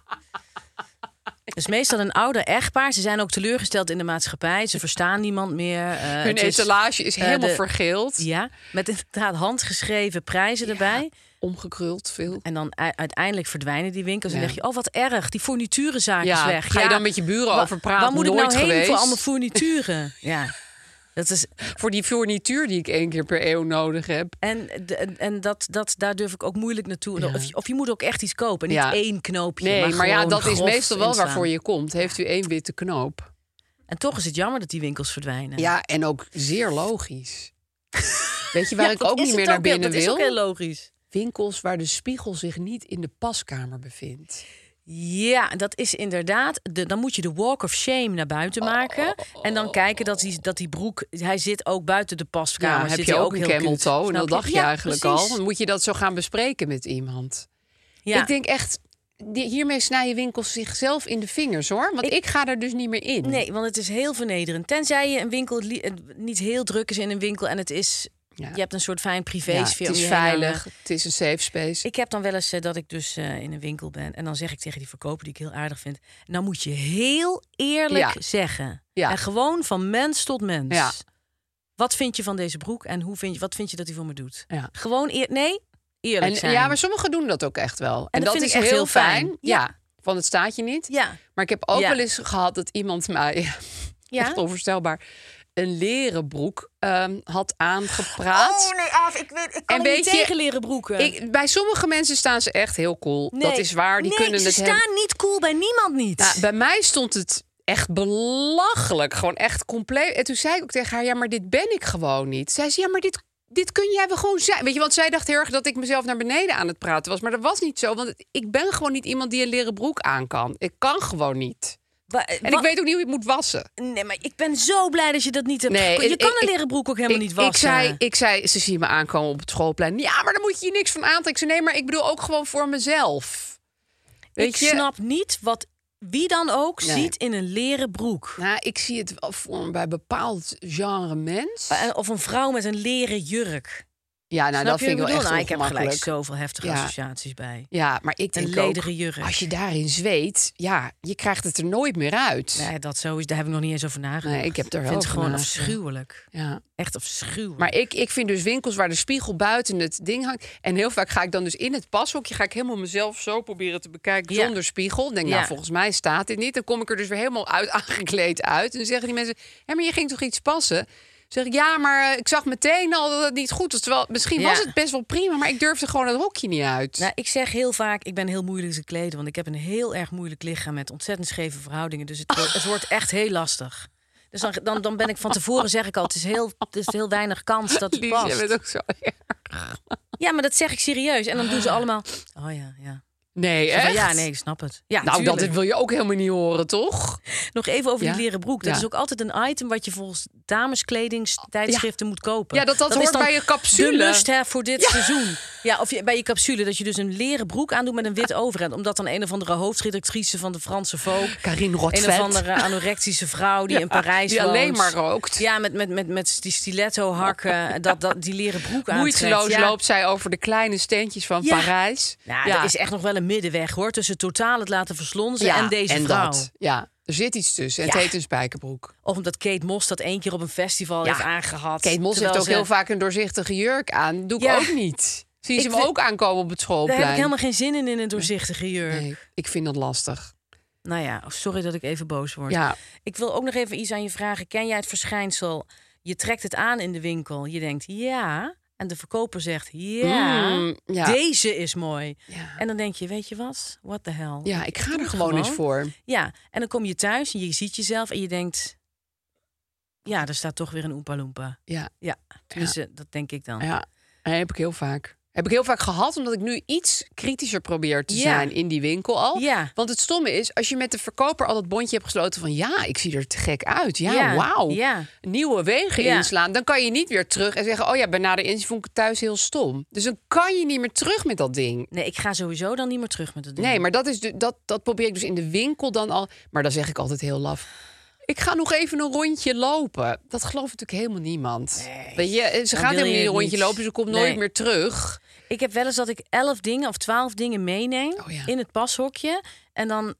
D: Het is meestal een ouder echtpaar. Ze zijn ook teleurgesteld in de maatschappij. Ze verstaan niemand meer. Eh,
C: Hun
D: het is-
C: etalage is
D: eh,
C: helemaal
D: de-
C: vergeeld.
D: Ja, met inderdaad handgeschreven prijzen erbij.
C: Omgekruld veel.
D: En dan u- uiteindelijk verdwijnen die winkels. En
C: Ja.
D: dan denk je, oh wat erg, die fourniturenzaak
C: Ja,
D: is weg.
C: ga je dan met je buren
D: wa-
C: over praten?
D: Waar moet ik
C: Nooit
D: nou heen voor
C: geweest.
D: allemaal fournituren? ja, dat is...
C: Voor die fournituur die ik één keer per eeuw nodig heb.
D: En, de- en- en dat, dat, daar durf ik ook moeilijk naartoe. Of, je- of je moet ook echt iets kopen. Niet
C: Ja.
D: één knoopje.
C: Nee, maar, ja,
D: gewoon
C: dat is
D: grof
C: meestal wel
D: inslaan.
C: waarvoor je komt. Heeft u één witte knoop?
D: En toch is het jammer dat die winkels verdwijnen.
C: Ja, en ook zeer logisch. Weet je waar
D: Ja,
C: ik
D: dat
C: ook
D: is
C: niet
D: het
C: meer naar binnen
D: dat is
C: wil?
D: ook heel logisch.
C: Winkels waar de spiegel zich niet in de paskamer bevindt.
D: Ja, dat is inderdaad. De, dan moet je de walk of shame naar
C: Oh,
D: buiten maken. En dan kijken dat die, dat die broek. Hij zit ook buiten de paskamer.
C: Ja, heb
D: zit
C: je
D: hij
C: ook een
D: heel
C: camel
D: kut.
C: toe? En
D: Snap
C: dat dacht je
D: Ja,
C: eigenlijk al.
D: precies.
C: Dan moet je dat zo gaan bespreken met iemand.
D: Ja.
C: Ik denk echt, die- hiermee snijden winkels zichzelf in de vingers hoor. Want ik, ga daar dus niet meer in.
D: Nee, want het is heel vernederend. Tenzij je een winkel li- eh, niet heel druk is in een winkel en het is.
C: Ja.
D: Je hebt een soort fijn privé
C: Ja,
D: sfeer.
C: het
D: om
C: is
D: je heen eh, hangen.
C: veilig, het is een safe space.
D: Ik heb dan wel eens eh, dat ik dus eh, in een winkel ben en dan zeg ik tegen die verkoper die ik heel aardig vind. Nou moet je heel eerlijk
C: Ja.
D: zeggen.
C: Ja.
D: En gewoon van mens tot mens.
C: Ja.
D: Wat vind je van deze broek en hoe vind je, wat vind je dat hij voor me doet?
C: Ja.
D: Gewoon eer, nee, eerlijk
C: en,
D: zijn.
C: Ja, maar sommigen doen dat ook echt wel. En,
D: dat vind ik echt heel fijn.
C: Ja.
D: Ja.
C: van het staat je niet.
D: Ja.
C: Maar ik heb ook
D: Ja.
C: wel eens gehad dat iemand mij,
D: Ja?
C: echt onvoorstelbaar, een leren broek ehm, had aangepraat.
D: Oh, nee, af. Ik, weet, ik
C: kan En er niet weet je- tegen
D: leren broeken.
C: Ik, bij sommige mensen staan ze echt heel cool. Dat is waar. Die
D: nee,
C: kunnen
D: ze
C: het hebben.
D: staan niet cool bij niemand niet.
C: Nou, bij mij stond het echt belachelijk. Gewoon echt compleet. En toen zei ik ook tegen haar: Ja, maar dit ben ik gewoon niet. Zij zei: Ja, maar dit, dit kun jij wel gewoon zijn. Weet je, want zij dacht heel erg dat ik mezelf naar beneden aan het praten was. Maar dat was niet zo, want het- ik ben gewoon niet iemand die een leren broek aan kan. Ik kan gewoon niet.
D: Wa-
C: En
D: wa-
C: ik weet ook niet hoe ik moet wassen.
D: Nee, maar ik ben zo blij dat je dat niet hebt.
C: Nee,
D: gekocht. je
C: ik-
D: kan
C: ik-
D: een leren broek ook helemaal
C: ik,
D: niet wassen.
C: Ik zei, ik zei, ze zien me aankomen op het schoolplein. Ja, maar dan moet je je niks van aantrekken. Ik zei, nee, maar ik bedoel ook gewoon voor mezelf. Weet
D: ik
C: je?
D: snap niet wat wie dan ook
C: Nee.
D: ziet in een leren broek.
C: Nou, ik zie het wel voor me bij bepaald genre mens.
D: Eh, Of een vrouw met een leren jurk.
C: Ja, nou,
D: oh, Snap
C: dat
D: je
C: vind ik
D: wat
C: wel
D: bedoel?
C: echt
D: Nou, Ik heb gelijk
C: ongemakkelijk.
D: zoveel heftige
C: Ja.
D: associaties bij.
C: Ja, maar ik
D: Een
C: denk ook,
D: ledige jurk.
C: als je daarin zweet, ja, je krijgt het er nooit meer uit.
D: Nee, dat zo is, daar heb ik nog niet eens over nagedacht.
C: Nee, ik heb er
D: Ik
C: wel
D: vind het
C: over
D: gewoon
C: nagedacht.
D: afschuwelijk.
C: Ja.
D: Echt afschuwelijk.
C: Maar ik, ik vind dus winkels waar de spiegel buiten het ding hangt. En heel vaak ga ik dan dus in het pashokje... ga ik helemaal mezelf zo proberen te bekijken
D: Ja.
C: zonder spiegel. Dan denk ik,
D: Ja.
C: nou, volgens mij staat dit niet. Dan kom ik er dus weer helemaal uit, aangekleed uit. En dan zeggen die mensen, hé, maar je ging toch iets passen? Dan zeg ik, ja, maar eh, ik zag meteen al dat het niet goed was. Terwijl, misschien
D: Ja.
C: was het best wel prima... maar ik durfde gewoon het hokje niet uit.
D: Nou, ik zeg heel vaak, ik ben heel moeilijk te kleden. Want ik heb een heel erg moeilijk lichaam met ontzettend scheve verhoudingen. Dus het, wordt- het wordt echt heel lastig. Dus dan, dan, dan ben ik van tevoren, zeg ik al, het is heel, het is heel weinig kans dat het
C: Lies,
D: past.
C: jij bent ook zo erg.
D: Ja, maar dat zeg ik serieus. En dan doen ze allemaal, oh ja, ja.
C: Nee,
D: Zo van,
C: echt?
D: Ja, nee, ik snap het. Ja,
C: Nou, dat
D: tuurlijk.
C: wil je ook helemaal niet horen, toch?
D: Nog even over
C: Ja.
D: die leren broek. Dat
C: Ja.
D: is ook altijd een item wat je volgens dameskledingstijdschriften moet kopen.
C: Ja, dat dat
D: is
C: hoort
D: dan
C: bij je capsule.
D: De lust hè, voor dit seizoen. Ja, of je, bij je capsule. Dat je dus een leren broek aandoet met een wit overhemd. Omdat dan een of andere hoofdredactrice van de Franse Vogue...
C: Karin
D: Een
C: Rotvet.
D: of andere anorexische vrouw die in Parijs
C: die
D: woont.
C: alleen maar rookt.
D: Ja, met, met, met, met die stiletto hakken. Dat, dat, die leren broek aan.
C: Moeiteloos
D: ja.
C: loopt zij over de kleine steentjes van
D: Ja.
C: Parijs.
D: Nou, er is echt nog wel een middenweg hoor. Tussen totaal het laten verslonzen
C: Ja,
D: en deze
C: en
D: vrouw.
C: Dat. Ja, er zit iets tussen. En
D: Ja.
C: het heet dus een spijkerbroek.
D: Of omdat Kate Moss dat één keer op een festival
C: Ja.
D: heeft aangehad.
C: Kate Moss heeft
D: Terwijl
C: ook
D: ze-
C: heel vaak een doorzichtige jurk aan. Doe ik
D: Ja.
C: ook niet. Zie je
D: Ik
C: ze hem
D: vind-
C: ook aankomen op het
D: Daar
C: schoolplein?
D: heb ik helemaal geen zin in, in een doorzichtige jurk.
C: Nee, ik vind dat lastig.
D: Nou ja, oh, sorry dat ik even boos word.
C: Ja.
D: Ik wil ook nog even iets aan je vragen. Ken jij het verschijnsel? Je trekt het aan in de winkel. Je denkt ja. En de verkoper zegt ja.
C: Mm, ja.
D: Deze is mooi.
C: Ja.
D: En dan denk je, weet je wat? What the hell?
C: ja, ik ga
D: doe
C: er
D: het
C: gewoon eens voor.
D: Ja, en dan kom je thuis en je ziet jezelf en je denkt... Ja, er staat toch weer een Oompa Loompa.
C: Ja,
D: Ja, tenminste, dat denk ik dan.
C: ja. Dat heb ik heel vaak. Heb ik heel vaak gehad, omdat ik nu iets kritischer probeer te
D: Ja.
C: zijn in die winkel al.
D: Ja.
C: Want het stomme is, als je met de verkoper al dat bondje hebt gesloten van ja, ik zie er te gek uit. Ja,
D: Ja,
C: wauw.
D: ja.
C: Nieuwe wegen
D: Ja.
C: inslaan. Dan kan je niet weer terug en zeggen, oh ja, bij nader inzien vond ik het thuis heel stom. Dus dan kan je niet meer terug met dat ding.
D: Nee, ik ga sowieso dan niet meer terug met het ding.
C: Nee, maar dat, is de, dat, dat probeer ik dus in de winkel dan al. Maar dan zeg ik altijd heel laf. Ik ga nog even een rondje lopen. Dat gelooft natuurlijk helemaal niemand. Weet je, eh, ze
D: dan
C: gaat
D: wil
C: helemaal
D: je
C: niet een
D: het
C: rondje
D: niet.
C: lopen, dus ze komt nooit
D: Nee.
C: meer terug.
D: Ik heb wel eens dat ik elf dingen of twaalf dingen meeneem
C: Oh ja.
D: in het pashokje. En dan,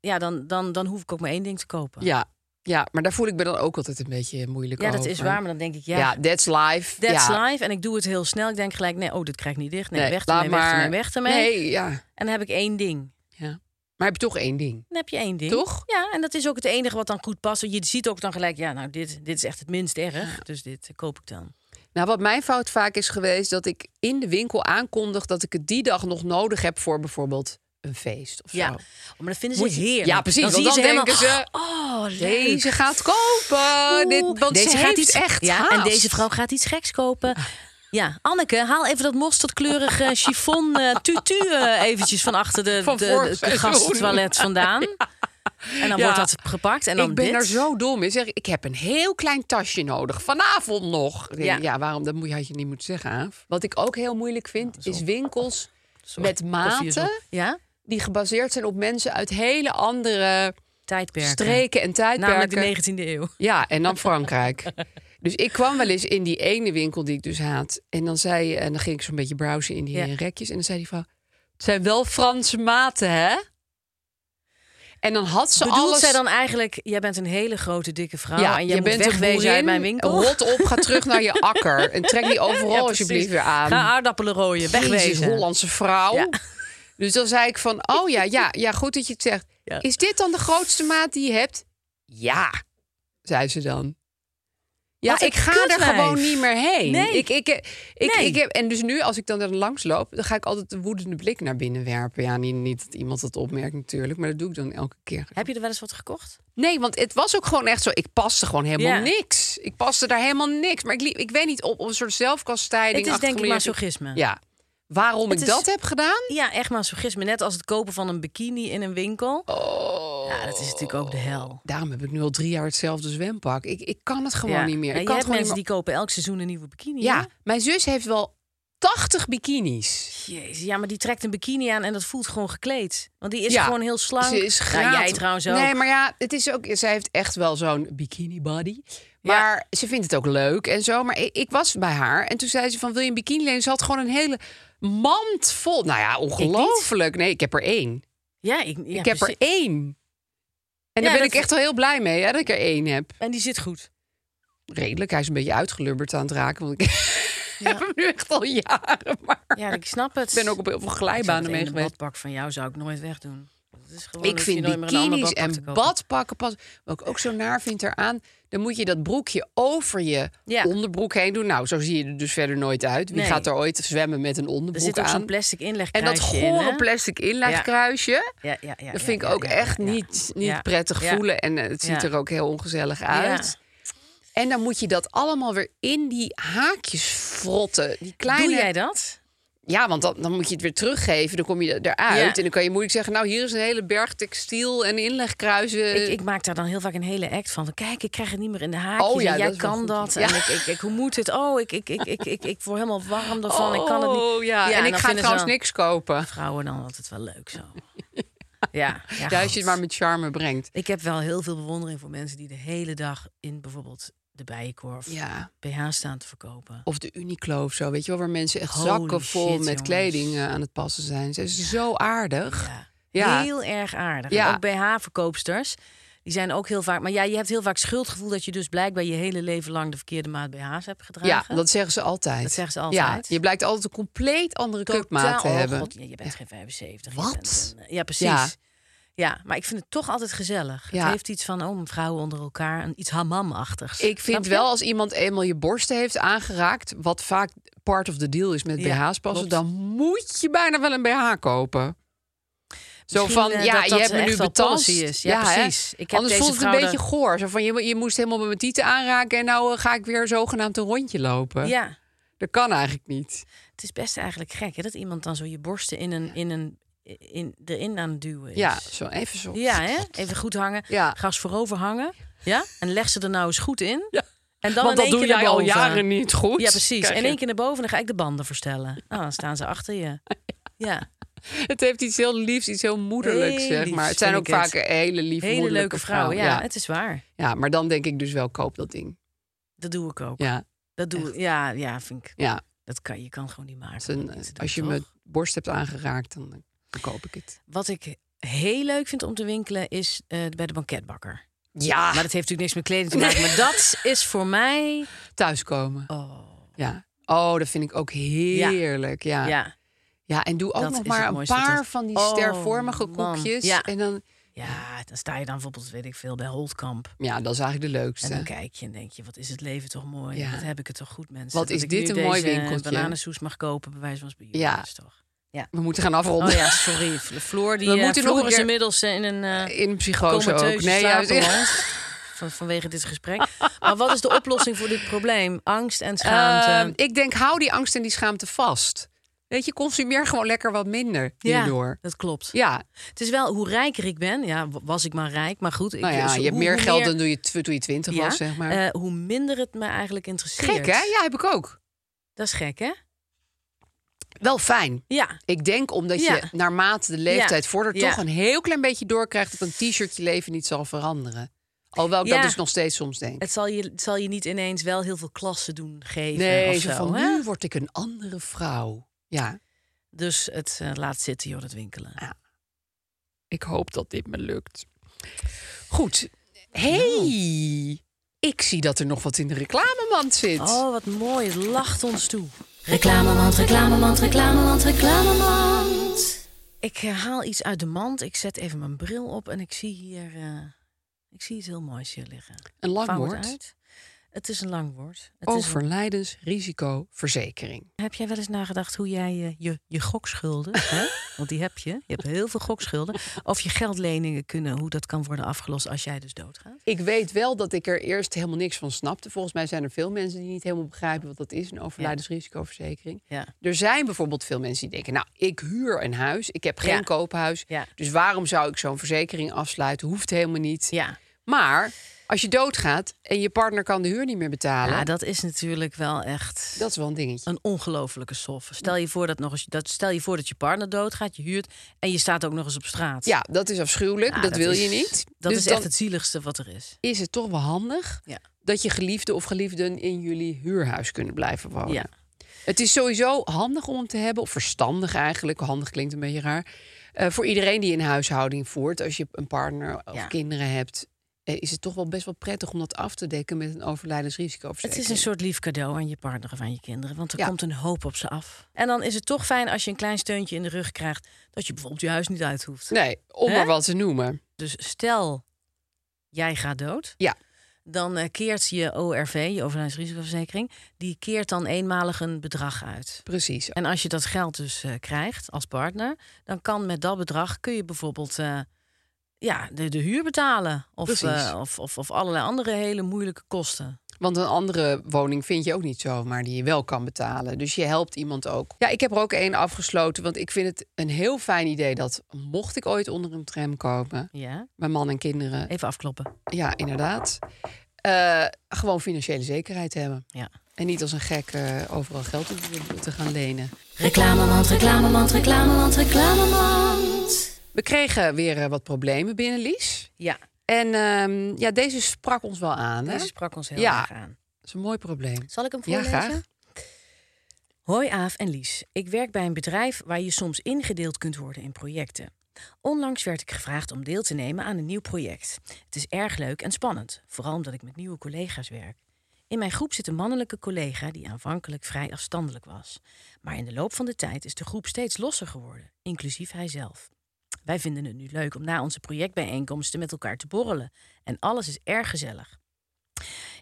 D: ja, dan, dan, dan hoef ik ook maar één ding te kopen.
C: Ja, ja, maar daar voel ik me dan ook altijd een beetje moeilijk
D: Ja,
C: over.
D: dat is waar, maar dan denk ik, ja,
C: Ja, that's life.
D: that's
C: ja.
D: life. En ik doe het heel snel. Ik denk gelijk, nee, oh, dit krijg ik niet dicht. Nee, weg
C: laat
D: ermee, weg ermee, weg ermee.
C: Nee, ja.
D: En dan heb ik één ding.
C: ja. Maar heb je toch één ding?
D: Dan heb je één ding.
C: Toch?
D: Ja, en dat is ook het enige wat dan goed past. Want Je ziet ook dan gelijk, ja, nou, dit, dit is echt het minst erg. Dus dit eh, koop ik dan.
C: Nou, wat mijn fout vaak is geweest, dat ik in de winkel aankondig dat ik het die dag nog nodig heb voor bijvoorbeeld een feest of
D: Ja,
C: zo.
D: Oh, maar dat vinden ze
C: Moet je-
D: heerlijk.
C: Ja, precies,
D: Dan zien
C: want dan
D: ze helemaal,
C: denken ze,
D: oh, leuk.
C: Deze gaat kopen. Oh, Dit,
D: Oeh,
C: want
D: deze
C: ze
D: gaat
C: heeft
D: iets
C: echt
D: Ja, en
C: haast.
D: deze vrouw gaat iets geks kopen. Ja, Anneke, haal even dat mosterdkleurige chiffon eh, tutu eh, eventjes van achter de,
C: Van
D: de,
C: vorig
D: de
C: seizoen.
D: gasttoilet vandaan. En dan
C: Ja.
D: wordt dat gepakt en dan
C: ik ben
D: dit.
C: er zo dom in. Zeg, ik heb een heel klein tasje nodig. Vanavond nog. Ja,
D: Ja.
C: ja waarom? Dat moet je- had je niet moeten zeggen, Aaf. Wat ik ook heel moeilijk vind, is winkels
D: Sorry,
C: met
D: koffie is op.
C: maten
D: Ja,
C: die gebaseerd zijn op mensen uit hele andere
D: tijdperken.
C: streken en tijdperken.
D: Namelijk de 19e eeuw.
C: Ja, en dan Frankrijk. dus ik kwam wel eens in die ene winkel die ik dus haat. En dan zei, en dan ging ik zo'n beetje browsen in die eh,
D: Ja.
C: rekjes. En dan zei die vrouw, het zijn wel Franse maten, hè? En dan had ze
D: Bedoelt
C: alles...
D: zij dan eigenlijk, jij bent een hele grote, dikke vrouw...
C: ja,
D: en
C: je
D: jij moet
C: bent een
D: wegwezen
C: boerin,
D: uit mijn winkel?
C: Rot op, ga terug naar je akker. En trek die overal
D: Ja,
C: alsjeblieft
D: precies.
C: weer aan.
D: Ga aardappelen rooien, wegwezen.
C: Jezus, Hollandse vrouw.
D: Ja.
C: Dus dan zei ik van, oh ja, ja, ja, goed dat je het zegt.
D: Ja.
C: Is dit dan de grootste maat die je hebt? Ja, zei ze dan. Ja,
D: Wat een
C: ik ga er
D: kutwijf.
C: gewoon niet meer heen.
D: Nee.
C: Ik, ik, ik,
D: Nee.
C: ik heb, en dus nu, als ik dan er langs loop, dan ga ik altijd een woedende blik naar binnen werpen. Ja, niet, niet dat iemand dat opmerkt natuurlijk, maar dat doe ik dan elke keer.
D: Heb je er wel eens wat gekocht?
C: Nee, want het was ook gewoon echt zo. Ik paste gewoon helemaal
D: Ja.
C: niks. Ik paste daar helemaal niks. Maar ik, liep, ik weet niet, op, op een soort zelfkastijding.
D: Het is denk ik masochisme.
C: Ja. Waarom
D: Het
C: ik
D: is-
C: dat heb gedaan?
D: Ja, echt masochisme. Net als het kopen van een bikini in een winkel. Ja, dat is natuurlijk ook de hel.
C: Oh. Daarom heb ik nu al drie jaar hetzelfde zwempak. Ik, ik kan het gewoon
D: Ja.
C: niet meer.
D: Ja,
C: Ik
D: je
C: kan
D: hebt
C: het gewoon
D: mensen
C: niet
D: die kopen elk seizoen een nieuwe bikini.
C: meer-
D: hè?
C: Ja, mijn zus heeft wel 80 bikinis.
D: Jezus, ja, maar die trekt een bikini aan en dat voelt gewoon gekleed. Want die is
C: Ja.
D: gewoon heel slank.
C: Ze is
D: Nou,
C: graat.
D: jij trouwens ook.
C: Nee, maar ja, het is ook. Zij heeft echt wel zo'n bikini body. Maar ze vindt het ook leuk en zo. Maar ik, ik was bij haar en toen zei ze van wil je een bikini lenen? Ze had gewoon een hele mand vol. Nou ja, ongelooflijk. Nee, ik heb er één.
D: Ja, ik, ja,
C: ik heb er
D: precies.
C: één. En
D: Ja,
C: daar ben
D: dat-
C: ik echt wel heel blij mee, hè, dat ik er één heb.
D: En die zit goed.
C: Redelijk, hij is een beetje uitgelubberd aan het raken. Want ik heb hem nu echt al jaren. Maar
D: Ja, ik snap het.
C: ik ben ook op heel veel
D: Ik zou
C: glijbanen
D: het
C: mee
D: ene
C: geweest.
D: badpak van jou zou ik nooit wegdoen. Dat is gewoon,
C: Ik
D: dat
C: vind
D: je nooit meer een ander
C: bikinis
D: badpak te
C: en
D: kopen.
C: badpakken pas. Wat ik ook zo naar vind eraan, dan moet je dat broekje over je
D: Ja.
C: onderbroek heen doen. Nou, zo zie je er dus verder nooit uit. Wie
D: Nee.
C: gaat er ooit zwemmen met een
D: Er
C: onderbroek
D: zit ook
C: aan?
D: zo'n plastic
C: en
D: inlegkruisje
C: dat
D: in,
C: gore
D: hè?
C: plastic inlegkruisje,
D: Ja, ja, ja,
C: dat
D: ja,
C: vind ik
D: ja,
C: ook
D: ja,
C: echt
D: ja.
C: niet, niet
D: Ja,
C: prettig
D: ja.
C: voelen. En eh, het ziet
D: Ja.
C: er ook heel ongezellig uit. En dan moet je dat allemaal weer in die haakjes frotten. Die kleine...
D: Doe jij dat?
C: Ja, want dan, dan moet je het weer teruggeven. Dan kom je eruit.
D: Ja.
C: En dan kan je moeilijk zeggen... nou, hier is een hele berg textiel en inlegkruizen.
D: Ik, ik maak daar dan heel vaak een hele act van. van kijk, ik krijg het niet meer in de haakjes.
C: Oh ja,
D: en
C: dat
D: jij
C: is wel
D: kan
C: goed.
D: dat.
C: Ja.
D: En ik, ik, ik, hoe moet het? Oh, ik, ik, ik, ik, ik, ik word helemaal warm daarvan.
C: Oh,
D: ik kan het niet.
C: Ja. en ik
D: dan
C: ga
D: vinden ze
C: trouwens
D: dan-
C: niks kopen.
D: Vrouwen dan altijd wel leuk zo. ja, ja,
C: Ja, als je het
D: goed.
C: maar met charme brengt.
D: Ik heb wel heel veel bewondering voor mensen die de hele dag in bijvoorbeeld de bijenkorf
C: Ja.
D: BH staan te verkopen.
C: Of de Uniqlo of zo. Weet je wel, waar mensen echt
D: Holy
C: zakken vol
D: shit,
C: met
D: jongens.
C: kleding eh, aan het passen zijn. Ze is zo aardig.
D: Ja.
C: Ja.
D: Heel erg aardig.
C: Ja.
D: En Ook BH-verkoopsters. Die zijn ook heel vaak. Maar ja, je hebt heel vaak schuldgevoel dat je dus blijkbaar je hele leven lang de verkeerde maat BH's hebt
C: Ja,
D: gedragen.
C: dat zeggen ze altijd.
D: Dat zeggen ze
C: Ja,
D: altijd.
C: je blijkt altijd een compleet andere kutmaat te
D: oh
C: hebben.
D: God, je, je bent geen 75. je
C: Wat?
D: bent een- eh, ja, precies.
C: Ja.
D: Ja. maar ik vind het toch altijd gezellig.
C: Ja.
D: Het heeft iets van, oh, vrouwen onder elkaar. Een, iets hamamachtigs.
C: Ik
D: Snap
C: vind
D: je?
C: wel als iemand eenmaal je borsten heeft aangeraakt, wat vaak part of the deal is met
D: Ja,
C: BH's passen,
D: klopt.
C: dan moet je bijna wel een BH kopen. Zo
D: Misschien,
C: van,
D: eh,
C: ja,
D: dat
C: je
D: dat
C: hebt me
D: echt
C: nu
D: wel
C: betast.
D: policy is. Ja,
C: hè?
D: precies. Ik heb
C: Anders
D: deze
C: voelt het een
D: vrouw
C: beetje
D: de-
C: goor. Zo van, je, je moest helemaal met mijn tieten aanraken... en nou eh, ga ik weer zogenaamd een rondje lopen.
D: Ja,
C: Dat kan eigenlijk niet.
D: het is best eigenlijk gek hè, dat iemand dan zo je borsten in een, in een, in, erin aan het duwen is.
C: Ja, zo even zo.
D: Ja, hè? Even goed hangen.
C: Ja.
D: Gas voorover hangen. Ja? En leg ze er nou eens goed in.
C: Ja.
D: En dan
C: Want
D: in
C: dat
D: één
C: doe
D: keer
C: jij
D: naar
C: al
D: boven.
C: jaren niet goed.
D: Ja, precies.
C: Krijg
D: En
C: je-
D: één keer naar boven, dan ga ik de banden verstellen. Nou, dan staan ze achter je. Ja,
C: Het heeft iets heel liefs, iets heel moederlijks,
D: Heel
C: zeg
D: liefs,
C: maar. Het zijn ook
D: vind ik
C: vaak
D: het.
C: hele lieve,
D: hele
C: moederlijke
D: leuke vrouwen. Ja,
C: Ja.
D: het is waar.
C: Ja, maar dan denk ik dus wel, koop dat ding.
D: Dat doe ik ook.
C: Ja,
D: dat doe ik. Ja, ja, vind ik.
C: ja.
D: Dat kan, je kan gewoon niet maken.
C: Het is
D: om
C: een-
D: dat niet te doen,
C: eh, als je
D: toch?
C: mijn borst hebt aangeraakt, dan, dan koop ik het.
D: Wat ik heel leuk vind om te winkelen is eh, bij de banketbakker.
C: Ja,
D: Maar dat heeft natuurlijk niks met kleding te maken. Maar dat is voor mij.
C: thuiskomen.
D: Oh,
C: Ja. Oh, dat vind ik ook heerlijk. Ja. Ja.
D: ja.
C: en doe ook
D: Dat
C: nog
D: is
C: maar
D: het
C: een
D: mooiste,
C: paar
D: dat-
C: van die
D: Oh,
C: stervormige
D: man.
C: koekjes.
D: Ja.
C: En dan,
D: Ja, dan sta je dan bijvoorbeeld, weet ik veel, bij Holtkamp.
C: ja, dat is eigenlijk de
D: En
C: leukste.
D: dan kijk je en denk je, wat is het leven toch mooi.
C: Ja.
D: Wat heb ik het toch goed, mensen.
C: Wat
D: dat
C: is
D: ik
C: dit
D: nu
C: een mooi
D: deze
C: winkeltje.
D: bananensoes mag kopen, bij wijze van spreken.
C: Ja.
D: Dat is toch.
C: We moeten gaan afronden.
D: Oh ja, sorry. De Floor, die,
C: We
D: We
C: moeten nog een
D: is
C: keer-
D: inmiddels eh, in een eh
C: In een psychose ook.
D: comateuze
C: Nee, juist.
D: slaapbeland. Van, vanwege dit gesprek. Maar wat is de oplossing voor dit probleem? Angst en schaamte.
C: Eh, ik denk, hou die angst en die schaamte vast. Weet je, consumeer gewoon lekker wat minder hierdoor.
D: dat klopt.
C: Ja,
D: Het is wel hoe rijker ik ben. Ja, wa- was ik maar rijk. Maar goed. Ik,
C: nou ja,
D: dus
C: je hebt
D: hoe-
C: meer
D: hoe
C: geld dan doe je, tw- toen je twintig
D: ja,
C: was, zeg maar.
D: eh, hoe minder het me eigenlijk interesseert.
C: Gek, hè? Ja, heb ik ook.
D: Dat is gek, hè?
C: Wel fijn.
D: Ja.
C: Ik denk omdat
D: Ja.
C: je naarmate de leeftijd
D: Ja.
C: vordert...
D: Ja.
C: toch een heel klein beetje doorkrijgt... dat een t-shirt je leven niet zal veranderen. Alhoewel ik
D: Ja.
C: dat dus nog steeds soms denk.
D: Het zal je, het zal je niet ineens wel heel veel klassen doen geven. of
C: nee, zo
D: zo,
C: van
D: hè?
C: nu word ik een andere vrouw. Ja,
D: Dus het eh, laat zitten, joh, dat winkelen.
C: ik hoop dat dit me lukt. Goed. Hey, ik zie dat er nog wat in de reclamemand zit.
D: Nou. Oh, wat mooi. Het lacht ons toe.
E: Reclamemand, reclamemand, reclamemand, reclamemand.
D: Ik eh, haal iets uit de mand. Ik zet even mijn bril op en ik zie hier... eh, ik zie iets heel moois hier liggen.
C: Een lang
D: Vouw het
C: woord.
D: uit. Het is een lang woord. Het is een-
C: Overlijdensrisicoverzekering.
D: Heb jij wel eens nagedacht hoe jij eh, je, je gokschulden, hè? want die heb je, je hebt heel veel gokschulden, of je geldleningen kunnen, hoe dat kan worden afgelost als jij dus doodgaat?
C: Ik weet wel dat ik er eerst helemaal niks van snapte. Volgens mij zijn er veel mensen die niet helemaal begrijpen wat dat is, een overlijdensrisicoverzekering.
D: Ja.
C: Er zijn bijvoorbeeld veel mensen die denken, nou, ik huur een huis, ik heb geen
D: Ja.
C: koophuis,
D: Ja.
C: dus waarom zou ik zo'n verzekering afsluiten? Hoeft helemaal niet.
D: Ja.
C: Maar Als je doodgaat en je partner kan de huur niet meer betalen,
D: Ja,
C: dat...
D: dat is natuurlijk wel echt
C: is wel een dingetje.
D: een ongelofelijke sof. Stel je voor dat nog eens, dat, stel je voor dat je partner doodgaat, je huurt en je staat ook nog eens op straat.
C: Ja, dat is afschuwelijk.
D: Nou,
C: dat, wil je
D: is-
C: niet.
D: Dat
C: dus
D: is
C: dan
D: echt het zieligste wat er is.
C: is het toch wel handig
D: Ja.
C: dat je geliefde of geliefden in jullie huurhuis kunnen blijven wonen.
D: Ja.
C: Het is sowieso handig om hem te hebben, of verstandig eigenlijk. Handig klinkt een beetje raar. Eh, voor iedereen die een huishouding voert, als je een partner of
D: Ja.
C: kinderen hebt, eh, is het toch wel best wel prettig om dat af te dekken met een
D: Het
C: overlijdensrisicoverzekering.
D: is een soort lief cadeau aan je partner of aan je kinderen, want er
C: Ja.
D: komt een hoop op ze af. En dan is het toch fijn als je een klein steuntje in de rug krijgt dat je bijvoorbeeld je huis niet uit hoeft.
C: Nee, om
D: Hè?
C: maar wat te noemen.
D: Dus stel jij gaat dood,
C: Ja,
D: dan eh, keert je ORV, je overlijdensrisicoverzekering, die keert dan eenmalig een bedrag uit.
C: precies.
D: En als je dat geld dus eh, krijgt als partner, dan kan met dat bedrag kun je bijvoorbeeld eh, ja, de, de huur betalen. Of,
C: Precies.
D: eh, of, of, of allerlei andere hele moeilijke kosten.
C: Want een andere woning vind je ook niet zomaar die je wel kan betalen. Dus je helpt iemand ook. Ja, ik heb er ook één afgesloten. Want ik vind het een heel fijn idee dat mocht ik ooit onder een tram komen...
D: Ja,
C: mijn man en kinderen,
D: even afkloppen.
C: ja, inderdaad... eh, gewoon financiële zekerheid hebben.
D: Ja.
C: En niet als een gek eh, overal geld te, te gaan lenen.
E: Reclamemand, reclamemand, reclamemand, reclamemand.
C: We kregen weer eh, wat problemen binnen, Lies.
D: Ja,
C: En ehm, ja, deze sprak ons wel aan. Hè?
D: deze
C: Dat
D: sprak ons heel
C: Ja.
D: erg aan.
C: is een mooi probleem.
D: Zal ik hem
C: Hm. Ja,
D: voorlezen?
C: graag.
D: Hoi Aaf en Lies. Ik werk bij een bedrijf waar je soms ingedeeld kunt worden in projecten. Onlangs werd ik gevraagd om deel te nemen aan een nieuw project. Het is erg leuk en spannend, vooral omdat ik met nieuwe collega's werk. In mijn groep zit een mannelijke collega die aanvankelijk vrij afstandelijk was. Maar in de loop van de tijd is de groep steeds losser geworden, inclusief hijzelf. Wij vinden het nu leuk om na onze projectbijeenkomsten met elkaar te borrelen. En alles is erg gezellig.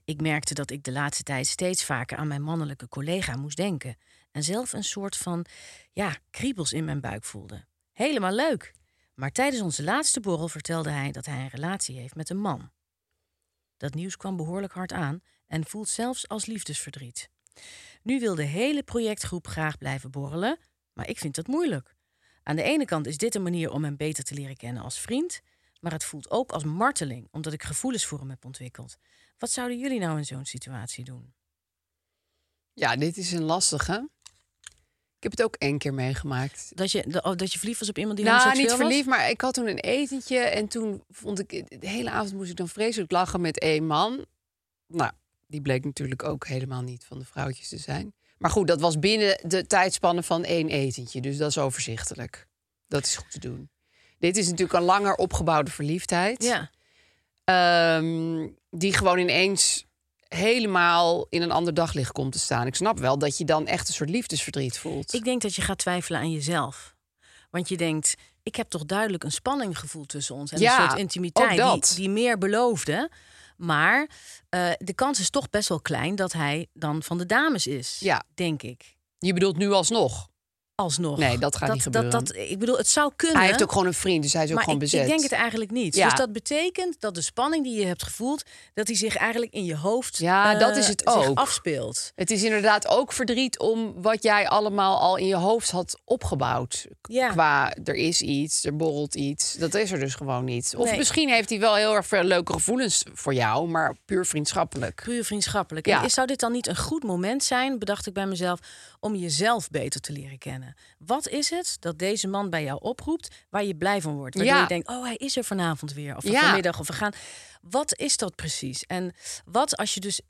D: Ik merkte dat ik de laatste tijd steeds vaker aan mijn mannelijke collega moest denken. En zelf een soort van, ja, kriebels in mijn buik voelde. Helemaal leuk. Maar tijdens onze laatste borrel vertelde hij dat hij een relatie heeft met een man. Dat nieuws kwam behoorlijk hard aan en voelt zelfs als liefdesverdriet. Nu wil de hele projectgroep graag blijven borrelen, maar ik vind dat moeilijk. Aan de ene kant is dit een manier om hem beter te leren kennen als vriend, maar het voelt ook als marteling omdat ik gevoelens voor hem heb ontwikkeld. Wat zouden jullie nou in zo'n situatie doen?
C: Ja, dit is een lastige. Ik heb het ook één keer meegemaakt.
D: Dat je, dat- oh, dat je verliefd was op iemand die
C: nou,
D: homoseksueel
C: niet
D: was?
C: verliefd, maar ik had toen een etentje. En toen vond ik... De hele avond moest ik dan vreselijk lachen met één man. Nou, die bleek natuurlijk ook helemaal niet van de vrouwtjes te zijn. Maar goed, dat was binnen de tijdspanne van één etentje. Dus dat is overzichtelijk. Dat is goed te doen. Dit is natuurlijk een langer opgebouwde verliefdheid.
D: Ja,
C: Ehm, die gewoon ineens helemaal in een ander daglicht komt te staan. Ik snap wel dat je dan echt een soort liefdesverdriet voelt.
D: ik denk dat je gaat twijfelen aan jezelf. Want je denkt, ik heb toch duidelijk een spanning gevoeld tussen ons. En
C: Ja,
D: een soort intimiteit
C: ook
D: die-
C: dat.
D: Die, meer beloofde. Maar eh, de kans is toch best wel klein dat hij dan van de dames is.
C: Ja.
D: Denk ik.
C: Je bedoelt nu alsnog.
D: Alsnog.
C: Nee, dat gaat niet gebeuren.
D: Dat, ik bedoel, het zou kunnen.
C: Hij heeft ook gewoon een vriend, dus hij is ook
D: maar
C: gewoon
D: ik, ik
C: bezet.
D: denk het eigenlijk niet.
C: Ja.
D: Dus dat betekent dat de spanning die je hebt gevoeld, dat die zich eigenlijk in je hoofd
C: Ja, dat
D: eh,
C: is het
D: zich
C: ook.
D: afspeelt.
C: Het is inderdaad ook verdriet om wat jij allemaal al in je hoofd had opgebouwd. K-
D: Ja.
C: Qua er is iets, er borrelt iets. Dat is er dus gewoon niet. Of
D: Nee.
C: misschien heeft hij wel heel erg veel leuke gevoelens voor jou, maar puur vriendschappelijk.
D: Puur vriendschappelijk.
C: Ja.
D: En is- zou dit dan niet een goed moment zijn, bedacht ik bij mezelf, om jezelf beter te leren kennen? Wat is het dat deze man bij jou oproept waar je blij van wordt? Waardoor
C: Ja.
D: je denkt, oh hij is er vanavond weer, of
C: Ja.
D: vanmiddag, of we gaan. Wat is dat precies? En wat als je dus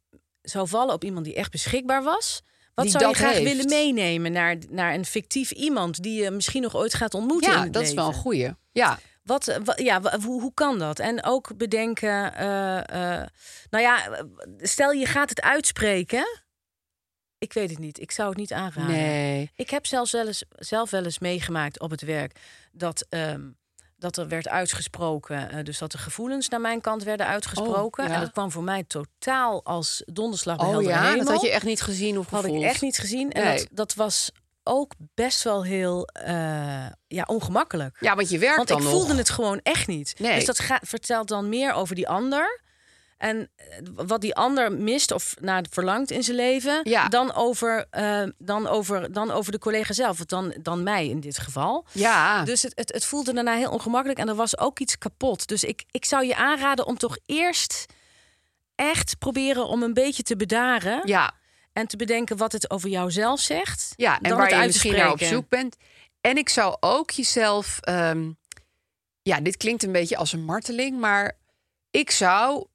D: zou vallen op iemand die echt beschikbaar was? Wat
C: Die
D: zou je
C: dat
D: graag
C: heeft.
D: willen meenemen naar, naar een fictief iemand die je misschien nog ooit gaat ontmoeten? in
C: Ja,
D: het
C: dat is wel een
D: leven?
C: goeie. Ja,
D: Wat, eh, wa- ja, wa- hoe, hoe kan dat? En ook bedenken, eh, eh, nou ja, eh, stel je gaat het uitspreken. Ik weet het niet. Ik zou het niet aanraden.
C: nee.
D: Ik heb zelfs wel eens, zelf wel eens meegemaakt op het werk dat, ehm, dat er werd uitgesproken. eh, dus dat de gevoelens naar mijn kant werden uitgesproken.
C: Oh, ja.
D: En dat kwam voor mij totaal als donderslag bij
C: Oh
D: heldere
C: ja, dat
D: hemel.
C: had je echt niet gezien of
D: Had
C: gevoeld.
D: ik echt niet gezien. En
C: Nee.
D: dat, dat was ook best wel heel eh, ja, ongemakkelijk.
C: Ja, want je werkt
D: Want
C: dan
D: ik
C: nog.
D: voelde het gewoon echt niet.
C: Nee.
D: Dus dat ga- vertelt dan meer over die ander. En eh, wat die ander mist of naar verlangt in zijn leven.
C: Ja.
D: Dan, over, eh, dan, over, dan over de collega zelf. of Dan, dan mij in dit geval.
C: Ja,
D: Dus het, het, het voelde daarna heel ongemakkelijk. En er was ook iets kapot. Dus ik, ik zou je aanraden om toch eerst echt proberen om een beetje te bedaren.
C: Ja,
D: En te bedenken wat het over jouzelf zegt.
C: ja. en
D: dan
C: waar
D: het
C: je
D: uit te
C: misschien naar op
D: spreken.
C: zoek bent. En ik zou ook jezelf... ehm, ja, dit klinkt een beetje als een marteling, maar ik zou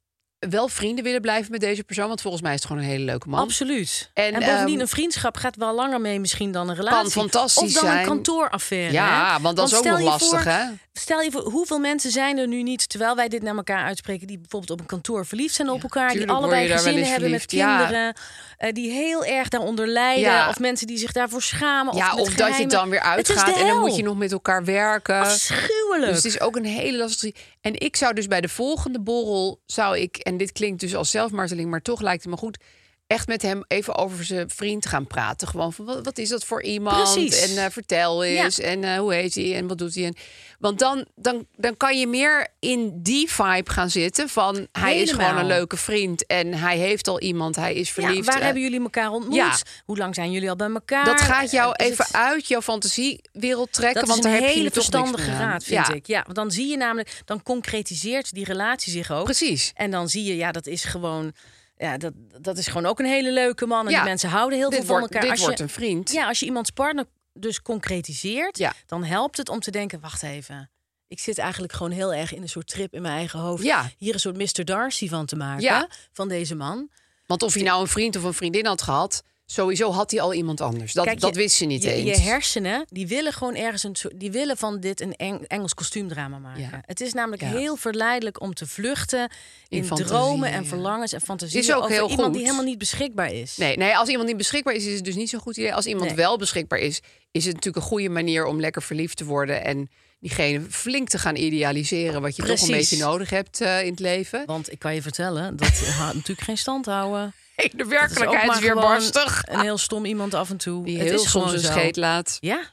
C: wel vrienden willen blijven met deze persoon. Want volgens mij is het gewoon een hele leuke man.
D: Absoluut.
C: En,
D: En, bovendien,
C: ehm,
D: een vriendschap gaat wel langer mee misschien dan een relatie.
C: fantastisch
D: Of dan
C: zijn.
D: een kantooraffaire.
C: Ja,
D: hè?
C: want dat is ook
D: stel
C: nog
D: je
C: lastig,
D: voor-
C: hè?
D: Stel je voor, hoeveel mensen zijn er nu niet... terwijl wij dit naar elkaar uitspreken... die bijvoorbeeld op een kantoor verliefd zijn op elkaar... die
C: tuurlijk word je
D: allebei
C: daar wel
D: gezinnen
C: eens
D: hebben met
C: verliefd, ja.
D: kinderen... eh, die heel erg daaronder lijden...
C: Ja.
D: of mensen die zich daarvoor schamen.
C: Ja,
D: of, met
C: of dat je
D: geheimen.
C: dan weer
D: Het is de
C: uitgaat en dan
D: hel.
C: moet je nog met elkaar werken.
D: Afschuwelijk.
C: Dus het is ook een hele lastige. En ik zou dus bij de volgende borrel zou ik, en dit klinkt dus als zelfmarteling, maar toch lijkt het me goed, echt met hem even over zijn vriend gaan praten. Gewoon van wat, wat is dat voor iemand?
D: Precies.
C: En eh, vertel eens. En eh, hoe heet hij? En wat doet hij? En, want dan, dan, dan kan je meer in die vibe gaan zitten van hij is
D: Helemaal.
C: gewoon een leuke vriend en hij heeft al iemand, hij is
D: Ja,
C: verliefd.
D: waar
C: Eh,
D: hebben jullie elkaar ontmoet?
C: ja.
D: Hoe lang zijn jullie al bij elkaar?
C: dat gaat jou
D: Eh, is
C: even
D: het-
C: uit jouw fantasiewereld trekken,
D: Dat is
C: want
D: een
C: daar heb je
D: hele
C: toch niks
D: verstandige
C: meer aan.
D: raad, vind
C: ja,
D: ik. Ja, want dan zie je namelijk, dan concretiseert die relatie zich ook.
C: Precies.
D: En dan zie je, ja, dat is gewoon, ja, dat, dat is gewoon ook een hele leuke man. En
C: Ja.
D: die mensen houden heel
C: Dit
D: veel van
C: wordt-
D: elkaar.
C: dit
D: als
C: wordt
D: je,
C: een vriend.
D: Ja, als je iemands partner dus concretiseert,
C: Ja.
D: dan helpt het om te denken, wacht even. Ik zit eigenlijk gewoon heel erg in een soort trip in mijn eigen hoofd.
C: Ja.
D: Hier een soort Mr. Darcy van te maken,
C: Ja.
D: van deze man.
C: Want of je nou een vriend of een vriendin had gehad, sowieso had hij al iemand anders. Dat,
D: Kijk, je-
C: dat wist ze niet
D: je,
C: eens.
D: Je hersenen, die willen gewoon ergens een soort, die willen van dit een Eng- Engels kostuumdrama maken.
C: Ja.
D: Het is namelijk
C: Ja.
D: heel verleidelijk om te vluchten in,
C: fantasieën,
D: dromen en
C: ja.
D: verlangens en fantasieën
C: Is ook
D: over
C: heel
D: iemand die
C: goed.
D: helemaal niet beschikbaar is.
C: Nee, nee, als iemand niet beschikbaar is, is het dus niet zo'n goed idee. Als iemand
D: Nee.
C: wel beschikbaar is, is het natuurlijk een goede manier om lekker verliefd te worden en diegene flink te gaan idealiseren, wat je toch een
D: Precies.
C: beetje nodig hebt eh, in het leven.
D: Want ik kan je vertellen, dat gaat natuurlijk geen stand houden.
C: de
D: Dat is ook
C: werkelijkheid is,
D: maar
C: weer
D: gewoon
C: barstig.
D: Een heel stom iemand af en toe.
C: Die
D: Het
C: heel
D: is gewoon
C: soms een
D: zo.
C: scheet laat,
D: Ja,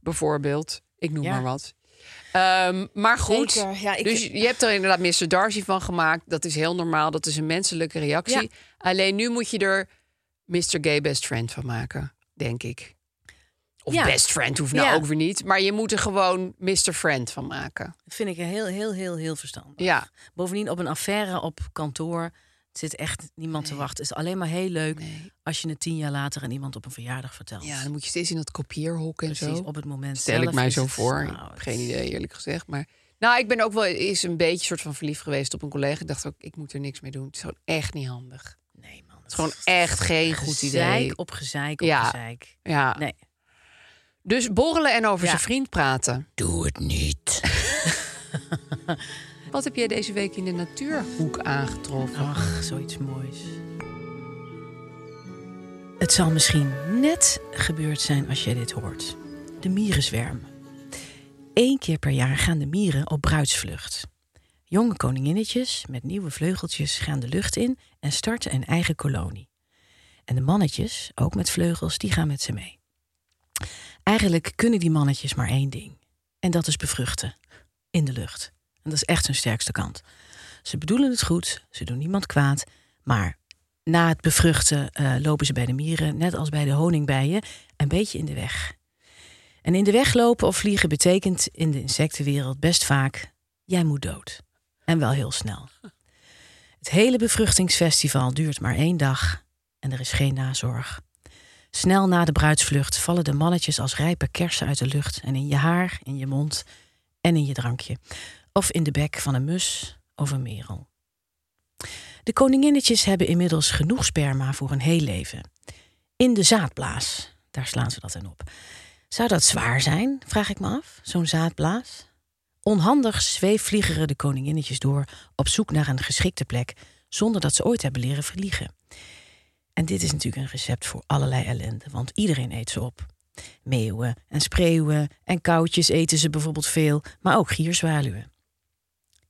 C: bijvoorbeeld. Ik noem
D: Ja.
C: maar wat. Ehm, maar goed,
D: Zeker. Ja, ik-
C: dus je hebt er inderdaad Mr. Darcy van gemaakt. Dat is heel normaal, dat is een menselijke reactie.
D: Ja.
C: Alleen nu moet je er Mr. Gay Best Friend van maken, denk ik. Of
D: Ja.
C: best friend hoeft nou
D: Ja.
C: ook weer niet. Maar je moet er gewoon Mr. Friend van maken.
D: dat vind ik heel, heel, heel, heel verstandig.
C: Ja.
D: Bovendien op een affaire op kantoor zit echt niemand te wachten. Het is alleen maar heel leuk als je het tien jaar later aan iemand op een verjaardag vertelt.
C: ja, dan moet je steeds in dat kopieerhok en
D: Oh. Precies,
C: zo.
D: op het moment
C: Stel
D: zelf
C: ik mij
D: is
C: zo
D: het-
C: voor.
D: nou,
C: Ik heb
D: het-
C: Geen idee, eerlijk gezegd. Maar nou, ik ben ook wel eens een beetje soort van verliefd geweest op een collega. Ik dacht ook, ik moet er niks mee doen. Het is gewoon echt niet handig. Het
D: Nee, man. Het
C: is gewoon echt geen goed idee.
D: Gezeik op gezeik op
C: Ja.
D: gezeik.
C: Ja.
D: Nee.
C: Dus borrelen en over
D: Ja.
C: zijn vriend praten.
D: Doe het niet.
C: Wat heb jij deze week in de natuurhoek aangetroffen?
D: Ach, zoiets moois. Het zal misschien net gebeurd zijn als jij dit hoort. De mierenzwerm. Eén keer per jaar gaan de mieren op bruidsvlucht. Jonge koninginnetjes met nieuwe vleugeltjes gaan de lucht in en starten een eigen kolonie. En de mannetjes, ook met vleugels, die gaan met ze mee. Eigenlijk kunnen die mannetjes maar één ding. En dat is bevruchten. In de lucht. En dat is echt hun sterkste kant. Ze bedoelen het goed, ze doen niemand kwaad. Maar na het bevruchten eh, lopen ze bij de mieren, net als bij de honingbijen, een beetje in de weg. En in de weg lopen of vliegen betekent in de insectenwereld best vaak: jij moet dood. En wel heel snel. Het hele bevruchtingsfestival duurt maar één dag en er is geen nazorg. Snel na de bruidsvlucht vallen de mannetjes als rijpe kersen uit de lucht en in je haar, in je mond en in je drankje. Of in de bek van een mus of een merel. De koninginnetjes hebben inmiddels genoeg sperma voor een heel leven. In de zaadblaas, daar slaan ze dat in op. Zou dat zwaar zijn, vraag ik me af, zo'n zaadblaas? Onhandig zweefvliegeren de koninginnetjes door op zoek naar een geschikte plek, zonder dat ze ooit hebben leren vliegen. En dit is natuurlijk een recept voor allerlei ellende, want iedereen eet ze op. Meeuwen en spreeuwen en koudjes eten ze bijvoorbeeld veel, maar ook gierzwaluwen.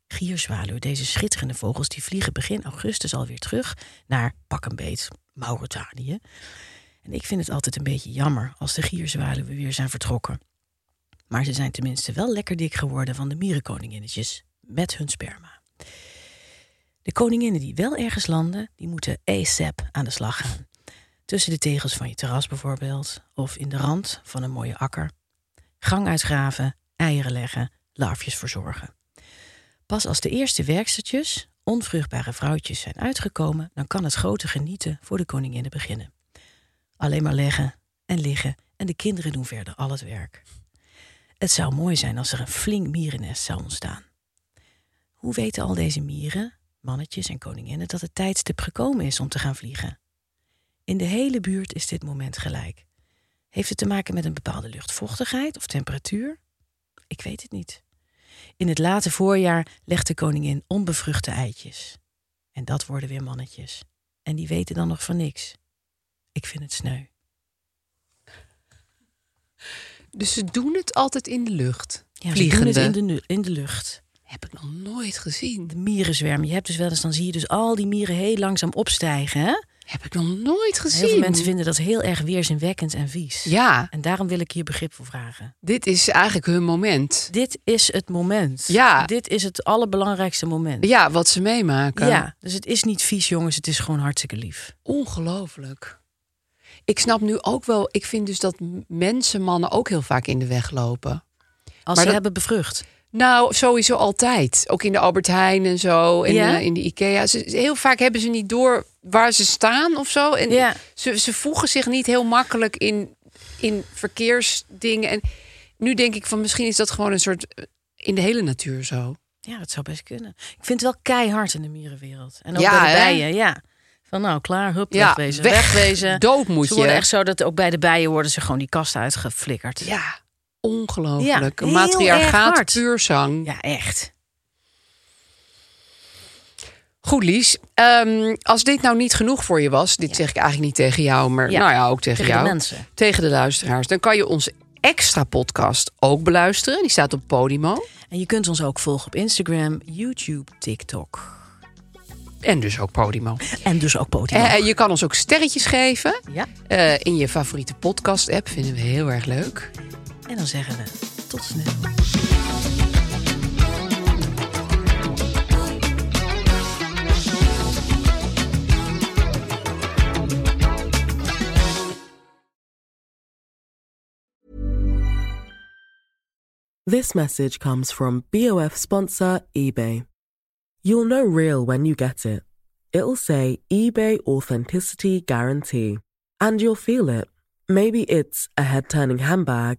D: Gierzwaluwen, deze schitterende vogels, die vliegen begin augustus alweer terug naar pak een beet Mauritanië. En ik vind het altijd een beetje jammer als de gierzwaluwen weer zijn vertrokken. Maar ze zijn tenminste wel lekker dik geworden van de mierenkoninginnetjes met hun sperma. De koninginnen die wel ergens landen, die moeten ASAP aan de slag gaan. Tussen de tegels van je terras bijvoorbeeld, of in de rand van een mooie akker. Gang uitgraven, eieren leggen, larfjes verzorgen. Pas als de eerste werkstertjes onvruchtbare vrouwtjes zijn uitgekomen, dan kan het grote genieten voor de koninginnen beginnen. Alleen maar leggen en liggen en de kinderen doen verder al het werk. Het zou mooi zijn als er een flink mierennest zou ontstaan. Hoe weten al deze mieren, mannetjes en koninginnen dat het tijdstip gekomen is om te gaan vliegen? In de hele buurt is dit moment gelijk. Heeft het te maken met een bepaalde luchtvochtigheid of temperatuur? Ik weet het niet. In het late voorjaar legt de koningin onbevruchte eitjes. En dat worden weer mannetjes. En die weten dan nog van niks. Ik vind het sneu.
C: Dus ze doen het altijd in de lucht.
D: Ja, ze doen
C: Vliegende.
D: het in de, nu- in de lucht.
C: Heb ik nog nooit gezien.
D: De mierenzwerm. Je hebt dus wel eens, dan zie je dus al die mieren heel langzaam opstijgen. Hè?
C: Heb ik nog nooit gezien.
D: Heel veel mensen vinden dat heel erg weerzinwekkend en vies.
C: Ja,
D: En daarom wil ik hier begrip voor vragen.
C: dit is eigenlijk hun moment.
D: Dit is het moment.
C: Ja.
D: Dit is het allerbelangrijkste moment.
C: Ja, wat ze meemaken.
D: Ja, dus het is niet vies, jongens. Het is gewoon hartstikke lief.
C: Ongelooflijk. Ik snap nu ook wel, ik vind dus dat m- mensen mannen ook heel vaak in de weg lopen.
D: Als ze
C: dat-
D: hebben bevrucht.
C: Nou, sowieso altijd. Ook in de Albert Heijn en zo, en
D: Ja?
C: eh, in de Ikea. Ze, heel vaak hebben ze niet door waar ze staan of zo. En
D: Ja.
C: ze, ze voegen zich niet heel makkelijk in, in verkeersdingen. En nu denk ik van misschien is dat gewoon een soort eh, in de hele natuur zo.
D: Ja, dat zou best kunnen. Ik vind het wel keihard in de mierenwereld. En ook
C: Ja,
D: bij de
C: hè?
D: bijen, ja. Van nou, klaar, hup,
C: Ja,
D: wegwezen.
C: weg.
D: wegwezen.
C: Dood moet
D: ze worden
C: je.
D: echt zo dat ook bij de bijen worden ze gewoon die kast uitgeflikkerd.
C: Ja, ongelooflijk.
D: Ja,
C: een
D: heel erg
C: matriarchaat
D: hard.
C: puur zang.
D: Ja, echt.
C: Goed, Lies. Ehm, als dit nou niet genoeg voor je was, dit zeg ik eigenlijk niet tegen jou, maar
D: Ja,
C: nou ja, ook tegen,
D: tegen de
C: jou.
D: mensen.
C: Tegen de luisteraars. Dan kan je onze extra podcast ook beluisteren. Die staat op Podimo.
D: En je kunt ons ook volgen op Instagram, YouTube, TikTok.
C: En dus ook Podimo.
D: En dus ook Podimo.
C: Eh, eh, je kan ons ook sterretjes geven
D: ja.
C: eh, in je favoriete podcast-app. Vinden we heel erg leuk.
D: En dan zeggen we tot snel.
B: This message comes from BOF sponsor eBay. You'll know real when you get it. It'll say eBay Authenticity Guarantee. And you'll feel it. Maybe it's a head turning handbag,